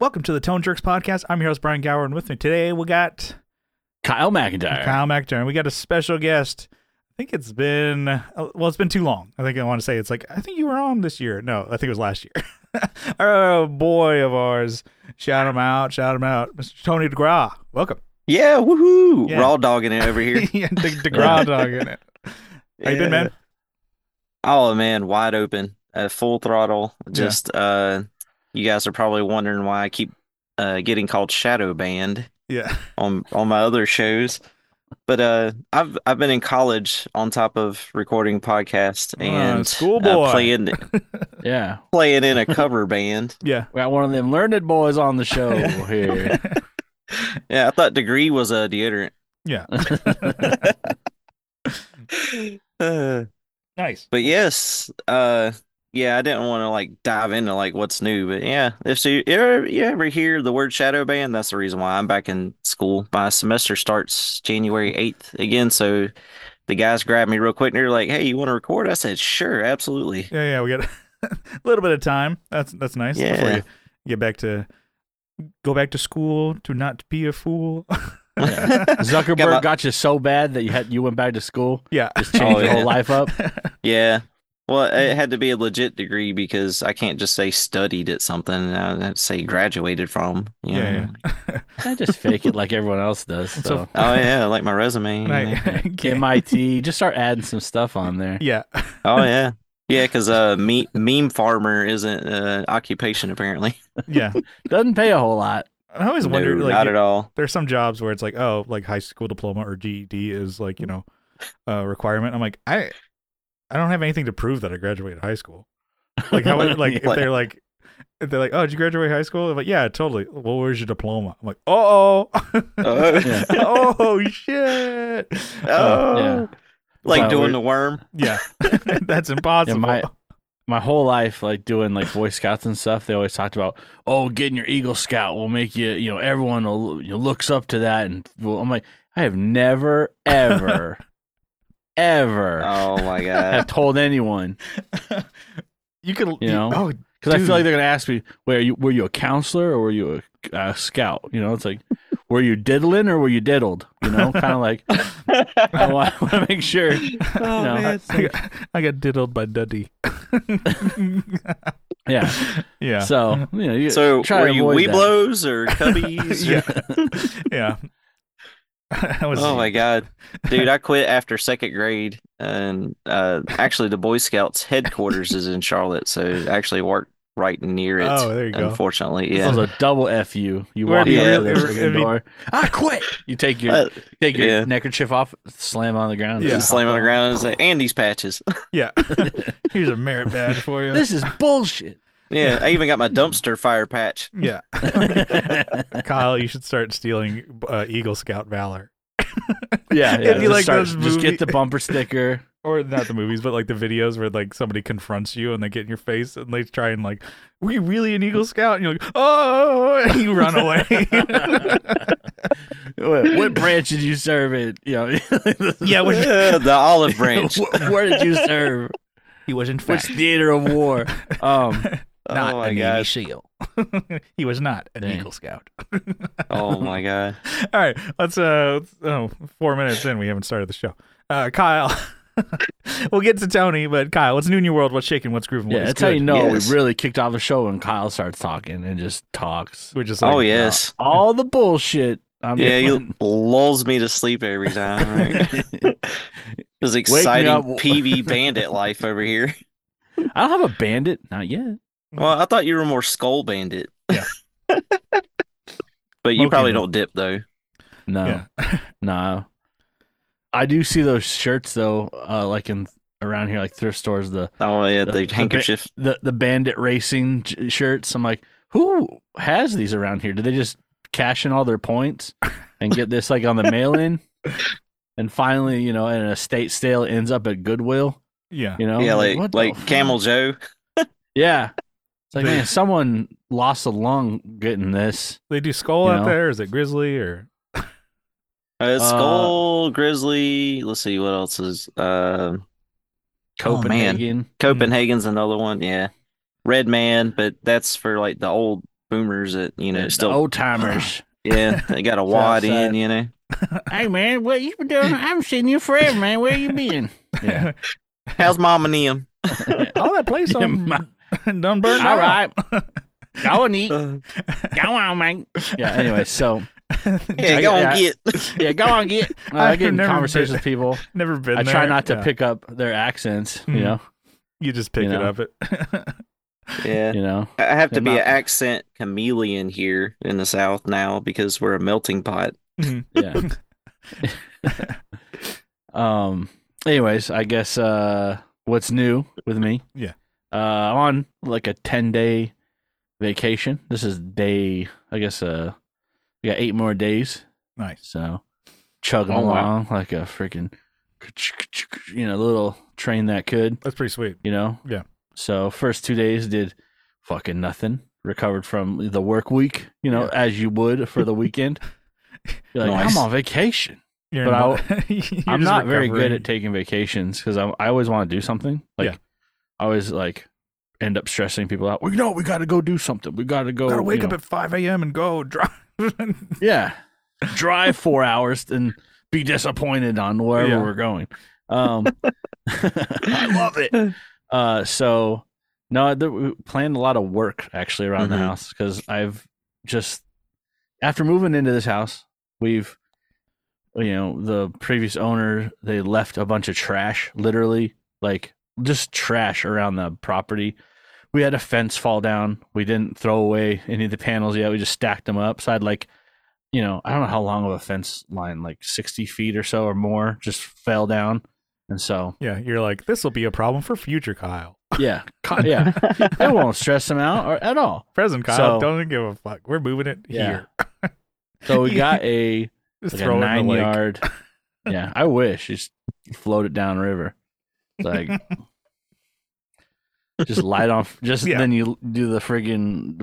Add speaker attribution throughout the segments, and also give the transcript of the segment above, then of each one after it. Speaker 1: Welcome to the Tone Jerks podcast. I'm your host Brian Gower, and with me today we got
Speaker 2: Kyle McIntyre.
Speaker 1: Kyle McIntyre, and we got a special guest. I think it's been uh, well, it's been too long. I think I want to say it's like I think you were on this year. No, I think it was last year. Our uh, boy of ours, shout him out, shout him out, Mr. Tony DeGraw. Welcome.
Speaker 3: Yeah, woohoo!
Speaker 1: Yeah.
Speaker 3: Raw dogging it over here.
Speaker 1: yeah, De- DeGraw dog in it. How you been, man?
Speaker 3: Oh man, wide open, uh, full throttle. Just uh, you guys are probably wondering why I keep uh getting called shadow banned
Speaker 1: Yeah.
Speaker 3: on on my other shows. But uh, I've I've been in college on top of recording podcasts
Speaker 1: Uh,
Speaker 3: and
Speaker 1: schoolboy.
Speaker 3: playing
Speaker 2: Yeah.
Speaker 3: playing in a cover band.
Speaker 1: Yeah.
Speaker 2: We got one of them learned boys on the show here.
Speaker 3: Yeah, I thought degree was a deodorant.
Speaker 1: Yeah.
Speaker 3: Uh,
Speaker 1: Nice.
Speaker 3: but yes, uh, yeah, I didn't want to like dive into like what's new, but yeah, if you ever you ever hear the word shadow band, that's the reason why I'm back in school. My semester starts January 8th again, so the guys grabbed me real quick and they're like, "Hey, you want to record?" I said, "Sure, absolutely."
Speaker 1: Yeah, yeah, we got a little bit of time. That's that's nice. Before
Speaker 3: Yeah.
Speaker 1: you get back to go back to school to not be a fool.
Speaker 2: Zuckerberg
Speaker 3: Got my-
Speaker 2: got, you so bad that you had you went back to school,
Speaker 1: yeah.
Speaker 2: just changed
Speaker 3: Oh,
Speaker 2: your
Speaker 3: yeah.
Speaker 2: whole life up.
Speaker 3: Yeah. Well,
Speaker 1: Mm.
Speaker 3: it had to be a legit degree because I can't just say studied at something. I have to say graduated from, you
Speaker 1: Yeah,
Speaker 3: know.
Speaker 2: I just fake it like everyone else does.
Speaker 1: So-
Speaker 2: So,
Speaker 3: Oh yeah, like my resume. you know.
Speaker 1: Right. Yeah.
Speaker 2: MIT, just start adding some stuff on there.
Speaker 1: Yeah.
Speaker 3: Oh yeah, yeah. Because uh, me- meme farmer isn't uh, occupation apparently.
Speaker 1: Yeah.
Speaker 2: Doesn't pay a whole lot.
Speaker 1: I always
Speaker 3: No,
Speaker 1: wonder like
Speaker 3: not at all.
Speaker 1: there's some jobs where it's like, oh, like high school diploma or GED is like, you know, a requirement. I'm like, I I don't have anything to prove that I graduated high school. Like how like if
Speaker 3: Like-
Speaker 1: they're like if they're like, oh, did you graduate high school? I'm like, yeah, totally. Well, where's your diploma? I'm like, oh,
Speaker 3: Oh,
Speaker 2: Yeah.
Speaker 1: oh shit. Uh,
Speaker 3: Oh.
Speaker 2: yeah.
Speaker 3: like
Speaker 2: Well,
Speaker 3: doing
Speaker 2: we're-
Speaker 3: the worm.
Speaker 1: yeah. That's impossible.
Speaker 2: my- My whole life, like doing like Boy Scouts and stuff, they always talked about, oh, getting your Eagle Scout will make you, you know, everyone will, you know, looks up to that. And well, I'm like, I have never, ever, ever
Speaker 3: Oh my
Speaker 2: have
Speaker 3: god.
Speaker 2: told anyone
Speaker 1: you could
Speaker 2: You know?
Speaker 1: Oh,
Speaker 2: because I
Speaker 1: Dude.
Speaker 2: feel like they're gonna ask me, "Were you were you a counselor or were you a, a scout?" You know, it's like, were you diddling or were you diddled? You know, kind of like I want to make sure.
Speaker 3: Oh,
Speaker 2: No.
Speaker 3: man.
Speaker 1: I got, I got diddled by Duddy.
Speaker 2: Yeah.
Speaker 1: yeah.
Speaker 2: So you know, you
Speaker 3: So
Speaker 2: try
Speaker 3: were
Speaker 2: to
Speaker 3: you
Speaker 2: avoid that.
Speaker 3: Weeblos or Cubbies? or-
Speaker 1: yeah. yeah. I was
Speaker 3: Oh my god, dude! I quit after second grade, and uh, actually, the Boy Scouts headquarters is in Charlotte, so I actually worked right near it.
Speaker 1: Oh, there you go.
Speaker 3: Unfortunately,
Speaker 2: It
Speaker 3: yeah.
Speaker 2: was a double fu. You. You
Speaker 1: Where
Speaker 2: walk
Speaker 1: do
Speaker 3: you
Speaker 2: in
Speaker 1: really-
Speaker 2: there, there's
Speaker 1: I
Speaker 2: a
Speaker 1: mean-
Speaker 2: door. I quit. You take your
Speaker 3: Uh,
Speaker 2: take your
Speaker 3: yeah.
Speaker 2: neckerchief off, slam on the ground.
Speaker 1: Yeah.
Speaker 3: just slam on the ground and say, "And these patches."
Speaker 1: Yeah. Here's a merit badge for you.
Speaker 2: This is bullshit.
Speaker 3: Yeah, I even got my dumpster fire patch.
Speaker 1: yeah.
Speaker 2: yeah,
Speaker 1: Kyle, you should start stealing uh, Eagle Scout valor.
Speaker 2: yeah.
Speaker 1: It'd be
Speaker 2: just
Speaker 1: like
Speaker 2: start-
Speaker 1: those
Speaker 2: just
Speaker 1: movie-
Speaker 2: get the bumper sticker.
Speaker 1: Or not the movies, but like the videos where like somebody confronts you and they get in your face and they try and like, were you really an Eagle Scout? And you're like, oh, and you run away.
Speaker 2: What, what branch did you serve in? You know,
Speaker 1: yeah, which
Speaker 3: Yeah, the olive branch.
Speaker 2: Wh- Where did you serve?
Speaker 1: he was in
Speaker 2: Which theater of war? Um,
Speaker 3: oh my god.
Speaker 2: SEAL.
Speaker 1: he was not an
Speaker 2: Dang.
Speaker 1: Eagle Scout.
Speaker 3: Oh my god.
Speaker 1: All right, let's. Uh, let's- oh, four minutes in, we haven't started the show. Uh, Kyle, we'll get to Tony, but Kyle, what's new in your world? What's shaking? What's grooving?
Speaker 2: Yeah,
Speaker 1: What's
Speaker 2: that's how you
Speaker 1: good?
Speaker 2: know
Speaker 3: Yes.
Speaker 2: we really kicked off the show when Kyle starts talking and just talks.
Speaker 1: We're just like,
Speaker 3: Oh yes.
Speaker 2: All the bullshit. I'm
Speaker 3: Yeah,
Speaker 2: doing.
Speaker 3: you lulls me to sleep every time. Right? this exciting
Speaker 2: up.
Speaker 3: PV bandit life over here.
Speaker 2: I don't have a bandit, not yet.
Speaker 3: Well, I thought you were more skull bandit.
Speaker 1: Yeah.
Speaker 3: but you
Speaker 1: Smoking
Speaker 3: probably
Speaker 1: it.
Speaker 3: don't dip though.
Speaker 2: No,
Speaker 1: Yeah.
Speaker 2: no. I do see those shirts though, uh, like in around here, like thrift stores, the
Speaker 3: Oh yeah,
Speaker 2: The-
Speaker 3: the,
Speaker 2: the ba-
Speaker 3: handkerchief.
Speaker 2: the the bandit racing j- shirts. I'm like, who has these around here? Do they just cash in all their points and get this like on the mail in? And finally, you know, an estate sale ends up at Goodwill.
Speaker 1: yeah,
Speaker 2: You know,
Speaker 3: yeah, like
Speaker 2: what the
Speaker 3: like
Speaker 2: fuck?
Speaker 3: Camel Joe.
Speaker 2: Yeah, it's like
Speaker 1: They-
Speaker 2: man, someone lost a lung getting this.
Speaker 1: They do skull
Speaker 2: You
Speaker 1: out
Speaker 2: know?
Speaker 1: there. Is it grizzly or
Speaker 3: Uh, it's
Speaker 2: Uh,
Speaker 3: skull, grizzly. Let's see what else is. Uh, Oh, man.
Speaker 2: Copenhagen.
Speaker 3: Copenhagen's another one. Yeah, Red Man, but that's for like the old boomers that you know still
Speaker 2: old timers.
Speaker 3: yeah they got a wad in
Speaker 2: outside.
Speaker 3: you know
Speaker 2: hey man, what you been doing? I haven't seen you forever, man. Where you been? Yeah.
Speaker 3: how's mom and them
Speaker 1: All that place
Speaker 2: Yeah,
Speaker 1: on
Speaker 2: my-
Speaker 1: done burned
Speaker 2: All
Speaker 1: out.
Speaker 2: right. Go and eat.
Speaker 3: Uh,
Speaker 2: Go on, man. Yeah. Anyway, so
Speaker 3: yeah
Speaker 2: I-
Speaker 3: go on
Speaker 2: I-
Speaker 3: get
Speaker 2: yeah, go on. Get. I
Speaker 1: I've
Speaker 2: get in
Speaker 1: never
Speaker 2: conversations
Speaker 1: been-
Speaker 2: with people.
Speaker 1: Never been.
Speaker 2: I try
Speaker 1: there.
Speaker 2: not to
Speaker 1: Yeah.
Speaker 2: pick up their accents.
Speaker 1: Mm.
Speaker 2: You know.
Speaker 1: You just pick
Speaker 2: you know.
Speaker 1: it up. It.
Speaker 3: yeah
Speaker 2: You know.
Speaker 3: I have to
Speaker 2: They're
Speaker 3: be an
Speaker 2: not-
Speaker 3: accent chameleon here in the South now because we're a melting pot.
Speaker 1: Mm-hmm.
Speaker 2: Yeah. um. Anyways, I guess uh, what's new with me?
Speaker 1: Yeah.
Speaker 2: Uh, I'm on like a ten day vacation. This is day. I guess uh, we got eight more days.
Speaker 1: nice.
Speaker 2: So chugging
Speaker 3: Oh, wow.
Speaker 2: along like a freaking, you know, little train that could.
Speaker 1: That's pretty sweet.
Speaker 2: you know?
Speaker 1: Yeah.
Speaker 2: So first two days did fucking nothing. Recovered from the work week, you know,
Speaker 1: Yeah.
Speaker 2: as you would for the weekend. You're like,
Speaker 3: Nice.
Speaker 2: I'm on vacation.
Speaker 1: You're
Speaker 2: But
Speaker 1: not, you're
Speaker 2: I'm
Speaker 1: just
Speaker 2: not very good
Speaker 1: recovering.
Speaker 2: at taking vacations because I I always want to do something. Like
Speaker 1: Yeah.
Speaker 2: I always like end up stressing people out. Well, you know, we got to go do something. We got to go.
Speaker 1: Gotta
Speaker 2: you
Speaker 1: wake up
Speaker 2: know."
Speaker 1: at 5 a.m. and go drive.
Speaker 2: yeah, drive four hours and be disappointed on wherever
Speaker 1: Yeah.
Speaker 2: we're going. Um, I love it. Uh, so no, th- we planned a lot of work actually around
Speaker 3: Mhm.
Speaker 2: the house because I've just after moving into this house, we've you know the previous owner they left a bunch of trash, literally like just trash around the property. We had a fence fall down. We didn't throw away any of the panels yet. We just stacked them up. So I had like, you know, I don't know how long of a fence line, like sixty feet or so or more, just fell down. And so,
Speaker 1: Yeah, you're like, this will be a problem for future Kyle.
Speaker 2: yeah, co- yeah, it won't stress them out or, at all.
Speaker 1: Present Kyle,
Speaker 2: So-
Speaker 1: don't give a fuck. We're moving it
Speaker 2: Yeah.
Speaker 1: here.
Speaker 2: So we got a,
Speaker 1: Just
Speaker 2: like
Speaker 1: throw
Speaker 2: a
Speaker 1: it in
Speaker 2: nine
Speaker 1: the lake.
Speaker 2: yard. Yeah, I wish just float it down river, like just light off. Just
Speaker 1: Yeah.
Speaker 2: then you do the friggin'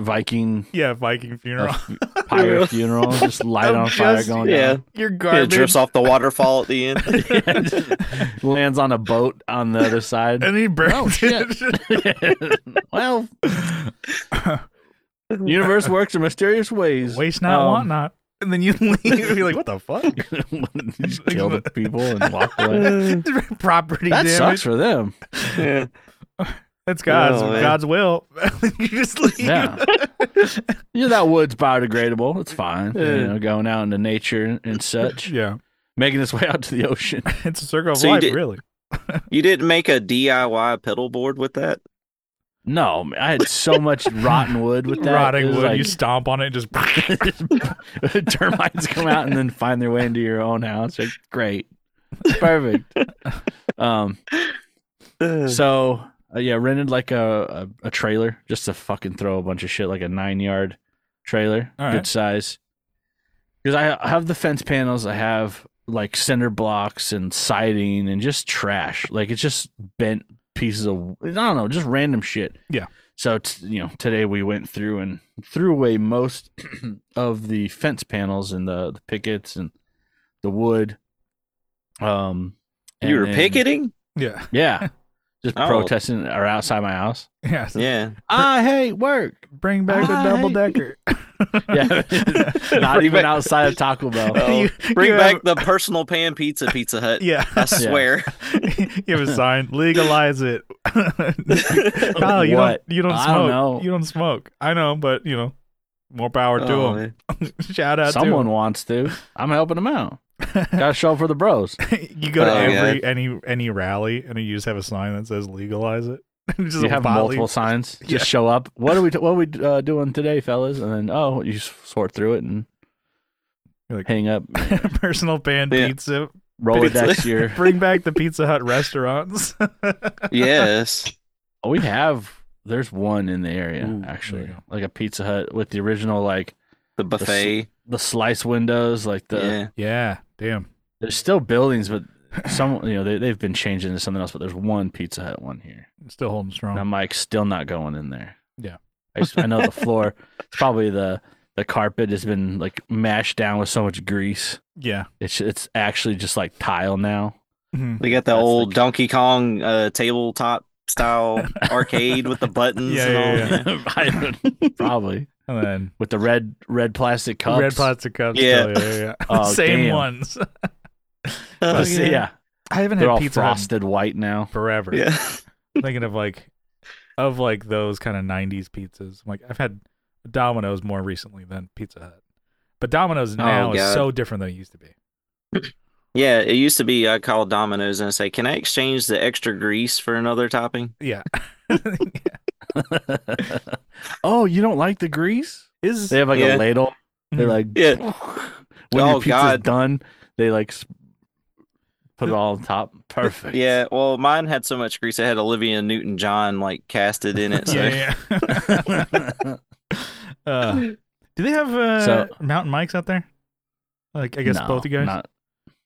Speaker 2: Viking
Speaker 1: Yeah, Viking funeral.
Speaker 2: uh, pyre funeral. Just light
Speaker 1: I'm
Speaker 2: on fire
Speaker 1: just-
Speaker 2: going
Speaker 3: yeah,
Speaker 1: Your
Speaker 3: it
Speaker 1: garbage.
Speaker 3: drips off the waterfall at the end.
Speaker 2: down. Yeah, just lands on a boat on the other side.
Speaker 1: and he burns
Speaker 2: Oh, shit.
Speaker 1: it.
Speaker 2: well, universe works in mysterious ways.
Speaker 1: Waste not,
Speaker 2: Um,
Speaker 1: want not. And then you leave. You're like, what the fuck?
Speaker 2: just kill the people and walk away.
Speaker 1: Property
Speaker 2: That
Speaker 1: damage.
Speaker 2: sucks for them.
Speaker 3: yeah.
Speaker 1: That's God's
Speaker 3: Oh, man.
Speaker 1: God's will. you just leave.
Speaker 2: Yeah. Yeah, that wood's biodegradable. It's fine. You know, going out into nature and such,
Speaker 1: Yeah.
Speaker 2: making its way out to the ocean.
Speaker 1: It's a circle of
Speaker 3: So you
Speaker 1: life,
Speaker 3: did-
Speaker 1: really.
Speaker 3: You didn't make a DIY pedal board with that?
Speaker 2: No, man, I had so much rotten wood with that. It
Speaker 1: Rotting
Speaker 2: was
Speaker 1: wood.
Speaker 2: like-
Speaker 1: you stomp on it, and just
Speaker 2: termites come out and then find their way into your own house. Like, great, perfect. Um, so uh, yeah, rented like a, a a trailer just to fucking throw a bunch of shit, like a nine yard trailer,
Speaker 1: All right.
Speaker 2: good size. Because I have the fence panels, I have like cinder blocks and siding and just trash. Like it's just bent pieces of I don't know, just random shit.
Speaker 1: Yeah.
Speaker 2: So t- you know, today we went through and threw away most of the fence panels and the, the pickets and the wood. Um,
Speaker 3: you were
Speaker 2: and then-
Speaker 3: picketing?
Speaker 1: yeah,
Speaker 2: yeah. Just
Speaker 3: Oh.
Speaker 2: protesting or outside my house.
Speaker 1: yeah.
Speaker 3: Yeah.
Speaker 1: Ah,
Speaker 2: I hate work.
Speaker 1: Bring back the
Speaker 2: I-
Speaker 1: double decker.
Speaker 2: Yeah. Not even outside of Taco Bell.
Speaker 3: Oh,
Speaker 1: You-
Speaker 3: Bring
Speaker 1: you
Speaker 3: back
Speaker 1: have-
Speaker 3: the personal pan pizza Pizza Hut.
Speaker 1: Yeah,
Speaker 3: I swear.
Speaker 1: you have a sign. Legalize it. Kyle, you
Speaker 2: What?
Speaker 1: don't. You don't
Speaker 2: I
Speaker 1: smoke.
Speaker 2: don't know.
Speaker 1: You don't smoke. I know, but you know, more power to
Speaker 3: Oh,
Speaker 1: him.
Speaker 3: man.
Speaker 1: Shout out
Speaker 2: Someone wants to. I'm helping them out. Gotta show up for the bros.
Speaker 1: to him. you go to
Speaker 3: Oh,
Speaker 1: every any any rally, and you just have a sign that says legalize it. It's just
Speaker 2: you
Speaker 1: a
Speaker 2: have
Speaker 1: volley.
Speaker 2: multiple signs. Just
Speaker 1: Yeah.
Speaker 2: show up. What are we? What are we uh, doing today, fellas? And then oh, you s- sort through it and
Speaker 1: You're like-
Speaker 2: hang up.
Speaker 1: personal pan
Speaker 3: Yeah.
Speaker 1: pizza.
Speaker 2: Rolodex your.
Speaker 1: Bring back the Pizza Hut restaurants.
Speaker 3: Yes.
Speaker 2: Oh, we have. There's one in the area
Speaker 1: Ooh, there you
Speaker 2: actually,
Speaker 1: go.
Speaker 2: like a Pizza Hut with the original like
Speaker 3: The buffet.
Speaker 2: the slice windows, like the
Speaker 3: yeah.
Speaker 1: yeah, damn.
Speaker 2: There's still buildings, but some you know they they've been changed into something else. But there's one Pizza Hut one here,
Speaker 1: Still holding strong.
Speaker 2: and I'm like still not going in there.
Speaker 1: Yeah.
Speaker 2: I, s- I know the floor. It's probably the the carpet has been like mashed down with so much grease.
Speaker 1: yeah.
Speaker 2: It's it's actually just like tile now.
Speaker 1: Mhm.
Speaker 3: They got the
Speaker 2: That's
Speaker 3: old
Speaker 2: the-
Speaker 3: Donkey Kong uh, tabletop style arcade with the buttons
Speaker 1: Yeah,
Speaker 3: and all.
Speaker 1: yeah,
Speaker 2: I don't- probably.
Speaker 1: And then
Speaker 2: with the red red plastic cups.
Speaker 1: red plastic cups.
Speaker 3: Yeah.
Speaker 1: Oh, yeah, yeah.
Speaker 2: Oh,
Speaker 1: Same
Speaker 2: damn.
Speaker 1: ones.
Speaker 2: Uh,
Speaker 1: Fucking
Speaker 2: so, yeah,
Speaker 1: I haven't
Speaker 2: they're
Speaker 1: had
Speaker 2: all
Speaker 1: pizza Hut in
Speaker 2: frosted white now.
Speaker 1: forever.
Speaker 3: yeah.
Speaker 1: Thinking of like, of like those kind of '90s pizzas. I'm like I've had Domino's more recently than Pizza Hut, but
Speaker 2: Oh,
Speaker 1: Domino's now is
Speaker 3: God.
Speaker 1: so different than it used to be.
Speaker 3: Yeah, it used to be I call Domino's and I say, "Can I exchange the extra grease for another topping?"
Speaker 1: Yeah.
Speaker 2: oh, you don't like the grease?
Speaker 1: is
Speaker 2: They have like
Speaker 3: Yeah.
Speaker 2: a ladle. They're like,
Speaker 3: Yeah.
Speaker 2: when
Speaker 3: Oh,
Speaker 2: your pizza's
Speaker 3: God.
Speaker 2: done, they like s- put it all on top. Perfect.
Speaker 3: Yeah, well, mine had so much grease it had Olivia Newton-John like casted in it. So
Speaker 1: yeah. yeah. uh, do they have uh,
Speaker 2: So-
Speaker 1: mountain mics out there? Like I guess
Speaker 2: No,
Speaker 1: both you guys.
Speaker 2: Not,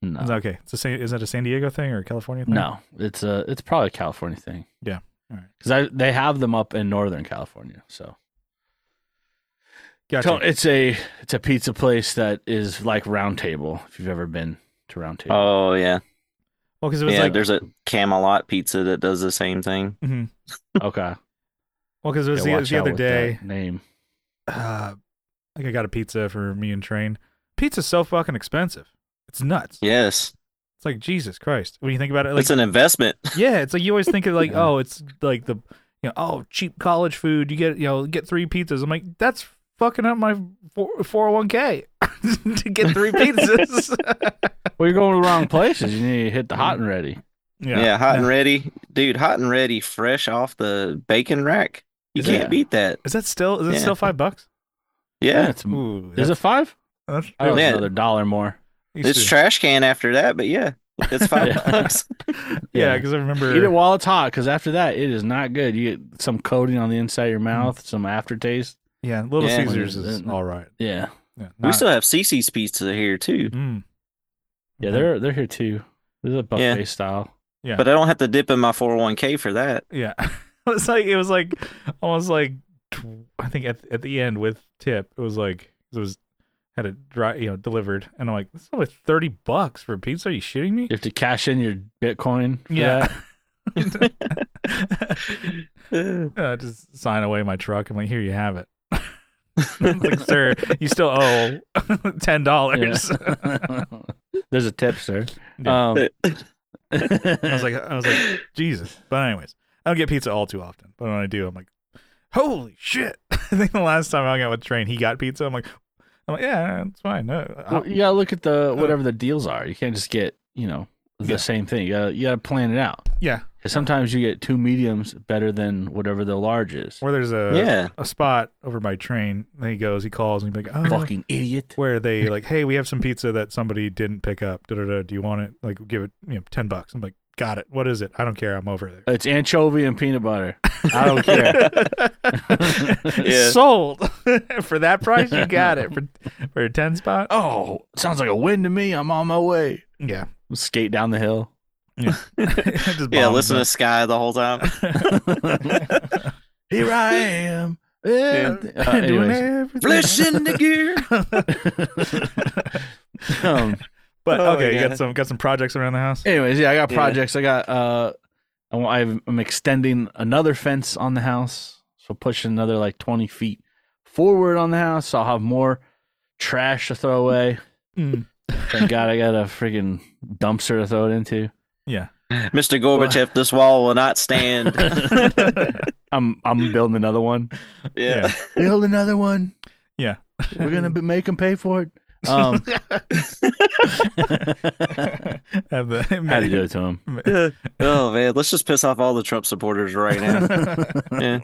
Speaker 2: no,
Speaker 1: Is that okay. It's a, San- is that a San Diego thing or a California thing?
Speaker 2: no, it's a it's probably a California thing.
Speaker 1: Yeah. Alright.
Speaker 2: because I they have them up in Northern California. So
Speaker 1: Gotcha.
Speaker 2: Tell- it's a it's a pizza place that is like Round Table. If you've ever been to Round Table,
Speaker 3: Oh yeah,
Speaker 1: well, because it was
Speaker 3: yeah.
Speaker 1: like
Speaker 3: there's a Camelot pizza that does the same thing.
Speaker 1: mhm.
Speaker 3: Oh.
Speaker 2: okay.
Speaker 1: well, because it was
Speaker 2: Yeah,
Speaker 1: the,
Speaker 2: watch
Speaker 1: the
Speaker 2: out
Speaker 1: other
Speaker 2: with
Speaker 1: day.
Speaker 2: that name.
Speaker 1: Uh, like I got a pizza for me and Train. Pizza's so fucking expensive. It's nuts.
Speaker 3: Yes,
Speaker 1: It's like Jesus Christ. When you think about it, like
Speaker 3: it's an investment.
Speaker 1: yeah, it's like you always think of like
Speaker 2: Yeah.
Speaker 1: oh, it's like the you know oh cheap college food. You get you know get three pizzas. I'm like that's fucking up my four hundred one k to get three pizzas.
Speaker 2: Well, you're going to the wrong places. You need to hit the hot and ready.
Speaker 3: Yeah, hot and ready, dude. Hot and ready, fresh off the bacon rack. You
Speaker 1: Is
Speaker 3: can't
Speaker 2: it-
Speaker 3: beat that.
Speaker 1: Is that still is that
Speaker 3: Yeah. Mm.
Speaker 1: still five bucks?
Speaker 3: Yeah,
Speaker 2: it's,
Speaker 1: Ooh,
Speaker 2: is it five?
Speaker 1: that's-
Speaker 2: I was
Speaker 3: Yeah.
Speaker 2: another dollar more.
Speaker 1: used
Speaker 3: it's
Speaker 1: to-
Speaker 3: trash can after that, but yeah, it's five
Speaker 2: Yeah.
Speaker 3: bucks.
Speaker 1: Yeah,
Speaker 2: yeah.
Speaker 1: because I remember.
Speaker 2: Eat it while it's hot, because after that, it is not good. You get some coating on the inside of
Speaker 1: Mm-hmm.
Speaker 2: your mouth, some aftertaste.
Speaker 1: yeah, Little
Speaker 3: Yeah. Mm-hmm.
Speaker 1: Caesars is all right.
Speaker 2: Yeah,
Speaker 1: Yeah,
Speaker 3: We
Speaker 1: not-
Speaker 3: still have Cece's pizza here too,
Speaker 1: Mm.
Speaker 2: yeah, they're they're here too. There's a buffet style.
Speaker 1: Yeah.
Speaker 3: but I don't have to dip in my 401k for that.
Speaker 1: Yeah, it's like it was like almost like tw- I think at at the end with tip it was like it was had it dry you know delivered and I'm like this is only thirty bucks for pizza. Are you shitting me?
Speaker 2: You have to cash in your Bitcoin. for
Speaker 1: Yeah.
Speaker 2: that.
Speaker 1: uh, just sign away my truck. I'm like, here you have it. I'm like, sir, you still owe ten dollars.
Speaker 2: There's a tip, sir.
Speaker 1: Yeah.
Speaker 2: Um,
Speaker 1: I was like, I was like, Jesus. But anyways, I don't get pizza all too often. But when I do, I'm like, holy shit! I think the last time I hung out with Train, he got pizza. I'm like, I'm like, yeah, it's fine. No, I'll-
Speaker 2: Well, you gotta look at the whatever the deals are. You can't just get you know the
Speaker 1: Yeah.
Speaker 2: same thing. You gotta, you gotta plan it out.
Speaker 1: yeah.
Speaker 2: 'Cause sometimes you get two mediums better than whatever the large is.
Speaker 1: Where there's a
Speaker 3: yeah,
Speaker 1: a spot over by Train, and he goes, he calls, and he's like, oh,
Speaker 2: Fucking idiot.
Speaker 1: where they like, hey, we have some pizza that somebody didn't pick up. Da da da. Do you want it? Like, give it, you know, ten bucks. I'm like, got it. What is it? I don't care. I'm over there.
Speaker 2: It's anchovy and peanut butter. I don't care.
Speaker 3: Yeah.
Speaker 1: Sold for that price. You got it for for a ten spot.
Speaker 2: oh, sounds like a win to me. I'm on my way.
Speaker 1: Yeah,
Speaker 2: Skate down the hill.
Speaker 1: Just
Speaker 3: yeah.
Speaker 1: bombs
Speaker 3: Listen to
Speaker 1: it.
Speaker 3: Sky the whole time.
Speaker 2: Here I am. Yeah. Uh,
Speaker 1: Doing
Speaker 2: anyways.
Speaker 1: everything.
Speaker 3: Listen to gear.
Speaker 2: um,
Speaker 1: But
Speaker 3: Oh,
Speaker 1: okay, you
Speaker 3: yeah.
Speaker 1: got some got some projects around the house.
Speaker 2: anyways, yeah, I got
Speaker 3: Yeah.
Speaker 2: projects. I got uh, I want- I've- I'm extending another fence on the house, so pushing another like 20 feet forward on the house. So I'll have more trash to throw away.
Speaker 1: Mm.
Speaker 2: Thank God I got a freaking dumpster to throw it into.
Speaker 1: Yeah,
Speaker 3: Mr. Gorbachev, this wall will not stand.
Speaker 2: I'm I'm building another one.
Speaker 3: yeah.
Speaker 2: Build another one.
Speaker 1: Yeah.
Speaker 2: we're gonna be, make them pay for it. Um,
Speaker 1: have the
Speaker 2: had to do it to him.
Speaker 3: oh man, let's just piss off all the Trump supporters right now. Yeah.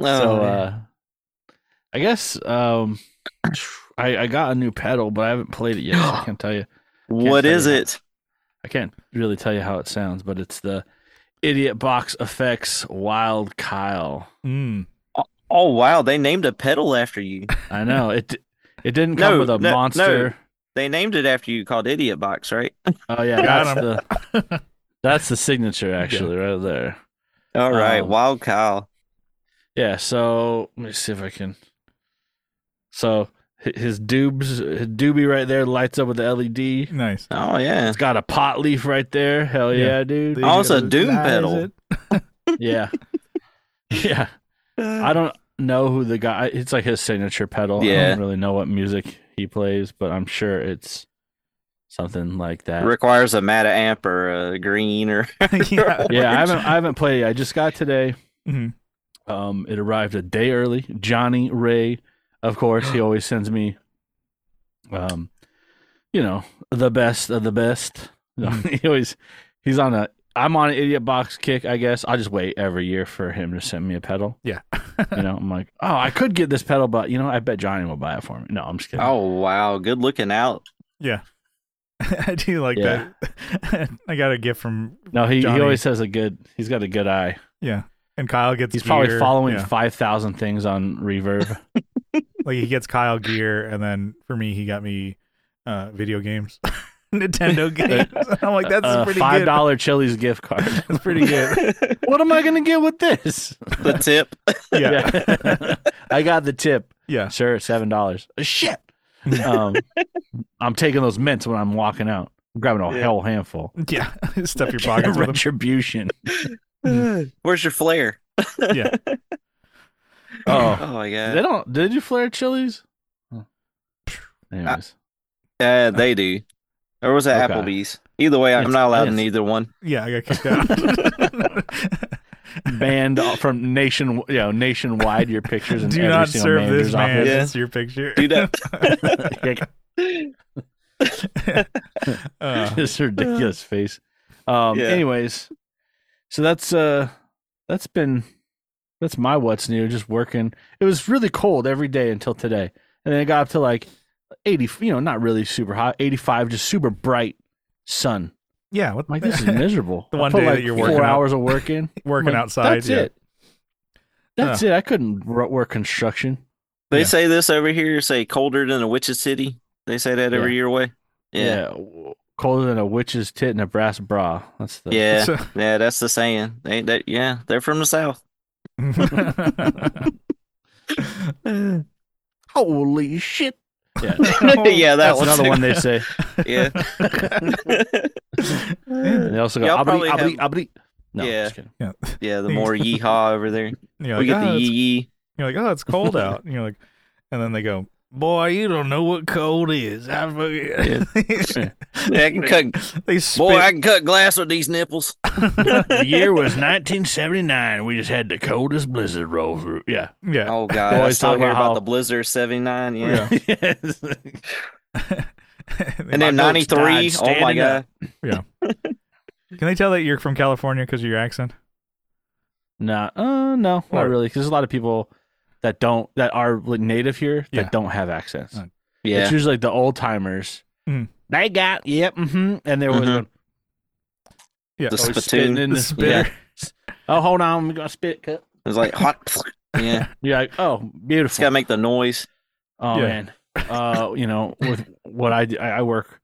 Speaker 3: Oh,
Speaker 2: so
Speaker 3: man.
Speaker 2: uh i guess um I, I got a new pedal but i haven't played it yet so i can't tell you
Speaker 3: what
Speaker 2: tell
Speaker 3: is
Speaker 2: you.
Speaker 3: it?
Speaker 2: i can't really tell you how it sounds but it's the idiot box effects wild kyle
Speaker 1: Mm.
Speaker 3: Oh wow, they named a pedal after you.
Speaker 2: i know it it didn't come
Speaker 3: No,
Speaker 2: with a
Speaker 3: no,
Speaker 2: monster
Speaker 3: They named it after you called Idiot Box, right?
Speaker 2: oh yeah
Speaker 1: Got
Speaker 2: that's the that's the signature actually right there
Speaker 3: All right,
Speaker 2: Um,
Speaker 3: Wild Kyle.
Speaker 2: yeah so let me see if i can so hi- his doobs his doobie right there lights up with the led
Speaker 1: Nice.
Speaker 3: Oh yeah,
Speaker 2: It's got a pot leaf right there. Hell
Speaker 1: Yeah.
Speaker 2: yeah, dude.
Speaker 3: Also, Doom
Speaker 1: Lies
Speaker 3: pedal.
Speaker 1: it.
Speaker 2: yeah. Yeah. I don't know who the guy. It's like his signature pedal. I
Speaker 3: Yeah.
Speaker 2: don't really know what music he plays, but I'm sure it's something like that.
Speaker 3: Requires a Mata amp or a green or
Speaker 1: yeah.
Speaker 2: yeah, I haven't I haven't played. it. I just got today.
Speaker 1: Mhm.
Speaker 2: Um, it arrived a day early. Johnny Ray, of course, he always sends me, um, you know, the best of the best. You know,
Speaker 1: Mm-hmm.
Speaker 2: he always he's on a I'm on an idiot box kick. I guess I just wait every year for him to send me a pedal.
Speaker 1: Yeah.
Speaker 2: you know, I'm like, oh, I could get this pedal, but you know, I bet Johnny will buy it for me. No, I'm just kidding.
Speaker 3: oh wow, good looking out.
Speaker 1: I do like
Speaker 2: Yeah.
Speaker 1: that. I got a gift from
Speaker 2: no, he, he
Speaker 1: Johnny.
Speaker 2: always has a good. He's got a good eye.
Speaker 1: yeah, and Kyle gets
Speaker 2: He's probably
Speaker 1: gear.
Speaker 2: following
Speaker 1: Yeah.
Speaker 2: five thousand things on Reverb.
Speaker 1: like he gets Kyle gear, and then for me, he got me uh, video games, Nintendo games. I'm like, that's
Speaker 2: a
Speaker 1: pretty
Speaker 2: Uh, five
Speaker 1: good.
Speaker 2: dollar Chili's gift card.
Speaker 1: That's pretty good.
Speaker 2: what am I gonna get with this?
Speaker 3: The tip.
Speaker 1: Yeah,
Speaker 2: I got the tip.
Speaker 1: yeah.
Speaker 2: Sure, seven dollars. Shit. Um, I'm taking those mints when I'm walking out. I'm grabbing a
Speaker 3: Yeah.
Speaker 2: hell handful.
Speaker 1: Yeah, stuff your pockets with them.
Speaker 2: Retribution.
Speaker 3: Where's your flare?
Speaker 1: Yeah.
Speaker 2: Oh,
Speaker 3: my
Speaker 2: they
Speaker 3: god.
Speaker 2: don't. Did you flare Chili's? Anyways,
Speaker 3: Yeah, they do. Or was that
Speaker 2: Okay.
Speaker 3: Applebee's? Either way, I'm
Speaker 2: It's-
Speaker 3: not allowed in
Speaker 2: it's-
Speaker 3: either one.
Speaker 1: Yeah, I got kicked out.
Speaker 2: banned from nation, you know, nationwide. Your pictures and
Speaker 1: Do
Speaker 2: every
Speaker 1: not
Speaker 2: single
Speaker 1: serve
Speaker 2: manager's
Speaker 1: this man.
Speaker 2: office.
Speaker 3: Yeah.
Speaker 1: It's your picture.
Speaker 3: Do that.
Speaker 2: Like,
Speaker 1: Uh,
Speaker 2: this ridiculous face. Um
Speaker 3: Yeah.
Speaker 2: anyways. So that's uh that's been that's my what's new, just working. It was really cold every day until today. And then it got up to like eighty you know, not really super hot, eighty five, just super bright sun.
Speaker 1: yeah, what
Speaker 2: I'm like this is miserable.
Speaker 1: The
Speaker 2: I
Speaker 1: one
Speaker 2: put
Speaker 1: day
Speaker 2: like
Speaker 1: that you're
Speaker 2: four
Speaker 1: working out-
Speaker 2: hours of work in.
Speaker 1: working
Speaker 2: I'm like,
Speaker 1: outside.
Speaker 2: That's
Speaker 1: yeah.
Speaker 2: it. That's it. I couldn't ro- work construction.
Speaker 3: They
Speaker 1: Yeah.
Speaker 3: say this over here, say colder than a witch's city. They say that over
Speaker 2: Yeah.
Speaker 3: your way. Yeah.
Speaker 2: w- Colder than a witch's tit and a brass bra. That's the
Speaker 3: Yeah. Yeah,
Speaker 1: So-
Speaker 3: that's the saying. They, that, yeah, they're from the south.
Speaker 2: holy shit. Yeah.
Speaker 3: yeah, that
Speaker 2: That's
Speaker 3: was
Speaker 2: another one they say.
Speaker 3: Yeah.
Speaker 2: And they also go,
Speaker 3: Y'all
Speaker 2: abri,
Speaker 3: probably
Speaker 2: abri,
Speaker 3: have-
Speaker 2: abri. No,
Speaker 3: Yeah.
Speaker 2: just kidding.
Speaker 3: yeah, the more yeehaw over there.
Speaker 1: You're like,
Speaker 3: We get
Speaker 1: "Ah,
Speaker 3: the
Speaker 1: it's-
Speaker 3: yee yee.
Speaker 1: you're like, oh, it's cold out. And you're like, and then they go, boy, you don't know what cold is. I fucking-
Speaker 3: Yeah, I can cut,
Speaker 1: they spit.
Speaker 3: boy, I can cut glass with these nipples.
Speaker 2: The year was 1979. We just had the coldest blizzard roll through. Yeah.
Speaker 1: yeah,
Speaker 3: Oh god, I
Speaker 2: Always
Speaker 3: still
Speaker 2: talking
Speaker 3: hear
Speaker 2: about
Speaker 3: about
Speaker 2: how-
Speaker 3: the Blizzard seventy nine. Yeah.
Speaker 1: Yeah.
Speaker 2: Yes.
Speaker 3: and then
Speaker 2: My
Speaker 3: ninety
Speaker 2: goats
Speaker 3: three.
Speaker 2: died
Speaker 3: Oh my
Speaker 2: standing
Speaker 3: god,
Speaker 2: up.
Speaker 1: Can they tell that you're from California because of your accent?
Speaker 2: Nah, uh, no, not
Speaker 1: Or-
Speaker 2: really. Because there's a lot of people that don't, that are like, native here that
Speaker 1: Yeah.
Speaker 2: don't have accents.
Speaker 1: Uh,
Speaker 3: yeah,
Speaker 2: It's usually like the old timers.
Speaker 1: Mhm.
Speaker 2: They got, yep, mm-hmm. And they were
Speaker 3: Mhm.
Speaker 2: going,
Speaker 1: Yeah,
Speaker 3: the
Speaker 2: oh, he's
Speaker 3: spittoon
Speaker 2: spitting in
Speaker 1: The
Speaker 2: the-
Speaker 1: spitter.
Speaker 2: yeah. Oh, hold on. I'm going to spit cup.
Speaker 3: It's like hot. yeah,
Speaker 2: You're like, oh,
Speaker 3: it's
Speaker 2: beautiful.
Speaker 3: gotta make the noise.
Speaker 2: Oh
Speaker 1: Yeah.
Speaker 2: man, uh, you know, with what I do, I I work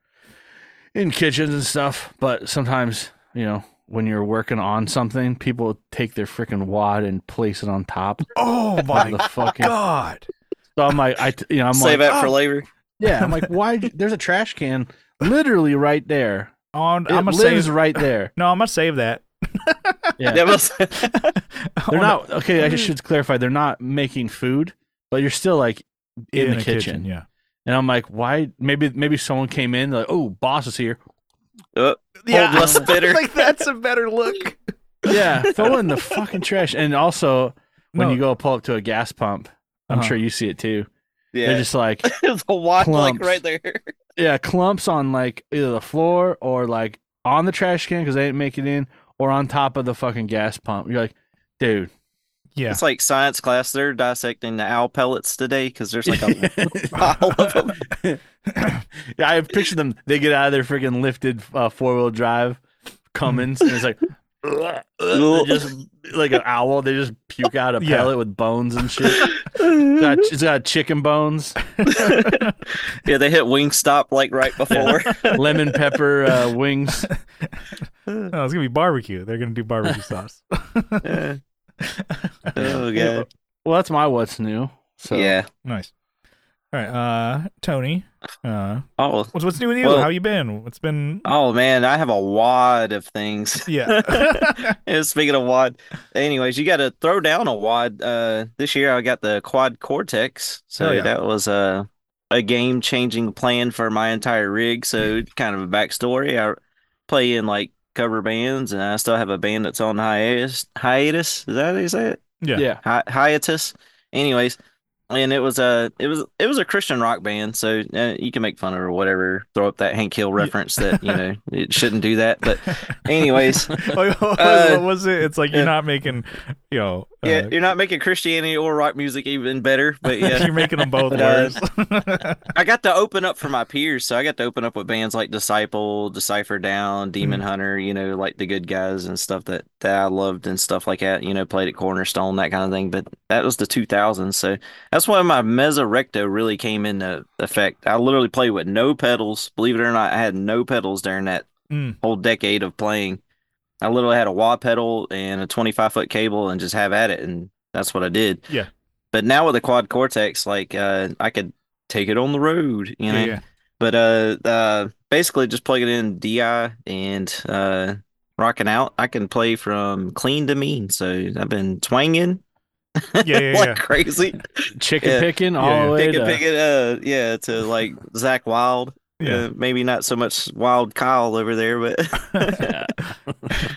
Speaker 2: in kitchens and stuff, but sometimes you know when you're working on something, people take their freaking wad and place it on top.
Speaker 1: Oh
Speaker 2: of
Speaker 1: my
Speaker 2: the fucking.
Speaker 1: god!
Speaker 2: So I'm like, I t- you know, I'm
Speaker 3: Save
Speaker 2: like,
Speaker 3: that for
Speaker 1: oh.
Speaker 3: later.
Speaker 2: yeah, I'm like, why? There's a trash can literally right there.
Speaker 1: On,
Speaker 2: It
Speaker 1: I'm gonna
Speaker 2: lives
Speaker 1: save.
Speaker 2: right there.
Speaker 1: No, I'm gonna save that.
Speaker 2: Yeah.
Speaker 3: That was-
Speaker 2: They're not okay. I should clarify. They're not making food, but you're still like in, the
Speaker 1: a
Speaker 2: kitchen.
Speaker 1: Yeah.
Speaker 2: And I'm like, why? Maybe maybe someone came in like, oh, boss is here.
Speaker 3: Yeah, Old West bitter.
Speaker 1: like that's a better look.
Speaker 2: Yeah, throw in the fucking trash. And also, when
Speaker 1: No.
Speaker 2: you go pull up to a gas pump, I'm
Speaker 1: Uh-huh.
Speaker 2: sure you see it too.
Speaker 3: yeah,
Speaker 2: They're just like,
Speaker 3: the wad like
Speaker 2: clumps.
Speaker 3: right there.
Speaker 2: yeah, clumps on like either the floor or like on the trash can because they didn't make it in, or on top of the fucking gas pump. You're like, dude,
Speaker 1: Yeah.
Speaker 3: It's like science class. They're dissecting the owl pellets today because there's like a pile of them.
Speaker 2: yeah, I picture them. They get out of their freaking lifted uh, four wheel drive Cummins, and it's like. They just like an owl, they just puke out a
Speaker 1: Yeah.
Speaker 2: pellet with bones and shit. It's got, it's got chicken bones.
Speaker 3: yeah, they hit Wingstop like right before.
Speaker 2: lemon pepper uh, wings.
Speaker 1: No, it's gonna be barbecue. They're gonna do barbecue sauce.
Speaker 3: oh god.
Speaker 2: Well, that's my what's new. So
Speaker 3: Oh, Yeah.
Speaker 1: Nice. All right, uh, Tony, uh,
Speaker 3: Oh,
Speaker 1: what's what's new with you?
Speaker 3: Well-
Speaker 1: How you been? What's been?
Speaker 3: oh man, I have a wad of things.
Speaker 1: Yeah,
Speaker 3: And Speaking of wad, anyways, you got to throw down a wad. Uh, this year I got the quad cortex, so
Speaker 1: Hell yeah.
Speaker 3: that was a a game changing plan for my entire rig. So kind of a backstory. I play in like cover bands, and I still have a band that's on hiatus. Hiatus is that how you say it?
Speaker 1: yeah,
Speaker 3: Hi- hiatus. Anyways, and it was a it was it was a Christian rock band, so uh, you can make fun of it or whatever. Throw up that Hank Hill reference that you know it shouldn't do that, but anyways.
Speaker 1: Like, what,
Speaker 3: Uh,
Speaker 1: what was it? It's like you're
Speaker 3: yeah.
Speaker 1: not making, you know, uh,
Speaker 3: Yeah, you're not making Christianity or rock music even better, but yeah,
Speaker 1: you're making them both
Speaker 3: But,
Speaker 1: worse.
Speaker 3: uh, I got to open up for my peers, so I got to open up with bands like Disciple, Decipher Down, Demon Hunter, you know, like the good guys and stuff that that I loved and stuff like that. You know, played at Cornerstone, that kind of thing. But that was the 2000s, so that's when my Mesorecto really came into effect. I literally played with no pedals. Believe it or not, I had no pedals during that
Speaker 1: Mm.
Speaker 3: whole decade of playing. I literally had a wah pedal and a 25 foot cable and just have at it, and that's what I did.
Speaker 1: Yeah.
Speaker 3: But now with the quad cortex, like uh, I could take it on the road, you know.
Speaker 1: yeah, yeah.
Speaker 3: But uh, uh, basically just plug it in DI and uh, rocking out. I can play from clean to mean, so I've been twanging
Speaker 1: Yeah, yeah,
Speaker 3: like
Speaker 1: yeah.
Speaker 3: crazy.
Speaker 2: Chicken
Speaker 3: Yeah.
Speaker 2: picking all
Speaker 1: Yeah, yeah.
Speaker 2: the way
Speaker 3: Pick it,
Speaker 2: to
Speaker 3: pick it, uh, yeah, to like Zach Wild.
Speaker 1: Yeah.
Speaker 3: Uh, maybe not so much Wild Kyle over there, but
Speaker 2: Yeah.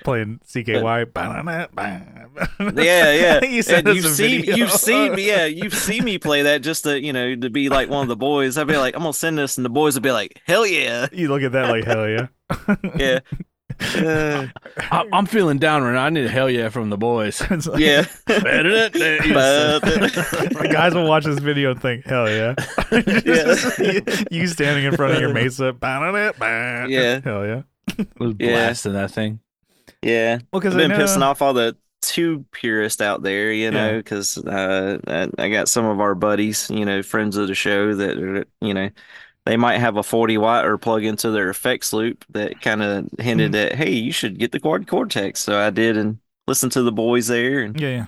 Speaker 1: playing CKY. Ba-da-da, ba.
Speaker 3: uh, Yeah, yeah.
Speaker 1: I think you said
Speaker 3: and
Speaker 1: it's
Speaker 3: you've
Speaker 1: a
Speaker 3: seen
Speaker 1: video.
Speaker 3: you've seen me, yeah, you've seen me play that just to you know to be like one of the boys. I'd be like, I'm gonna send this, and the boys would be like, hell yeah,
Speaker 1: You look at that like hell yeah.
Speaker 3: yeah, Uh,
Speaker 2: I, I'm feeling down right now. I need a hell yeah from the boys.
Speaker 1: It's like-
Speaker 3: yeah.
Speaker 1: The guys will watch this video and think, "Hell yeah!" Just you, you standing in front of your mesa, ba-da-da, ba.
Speaker 3: Yeah.
Speaker 1: hell yeah.
Speaker 2: Blasting that thing.
Speaker 3: yeah.
Speaker 1: Well, because
Speaker 3: I've been pissing off all the tube purists out there, you know,
Speaker 1: Yeah.
Speaker 3: because uh, I, I got some of our buddies, you know, friends of the show that are, you know, they might have a 40 watt or plug into their effects loop that kind of hinted that, hey, you should get the quad cortex. So I did and listened to the boys there and
Speaker 1: Yeah, yeah.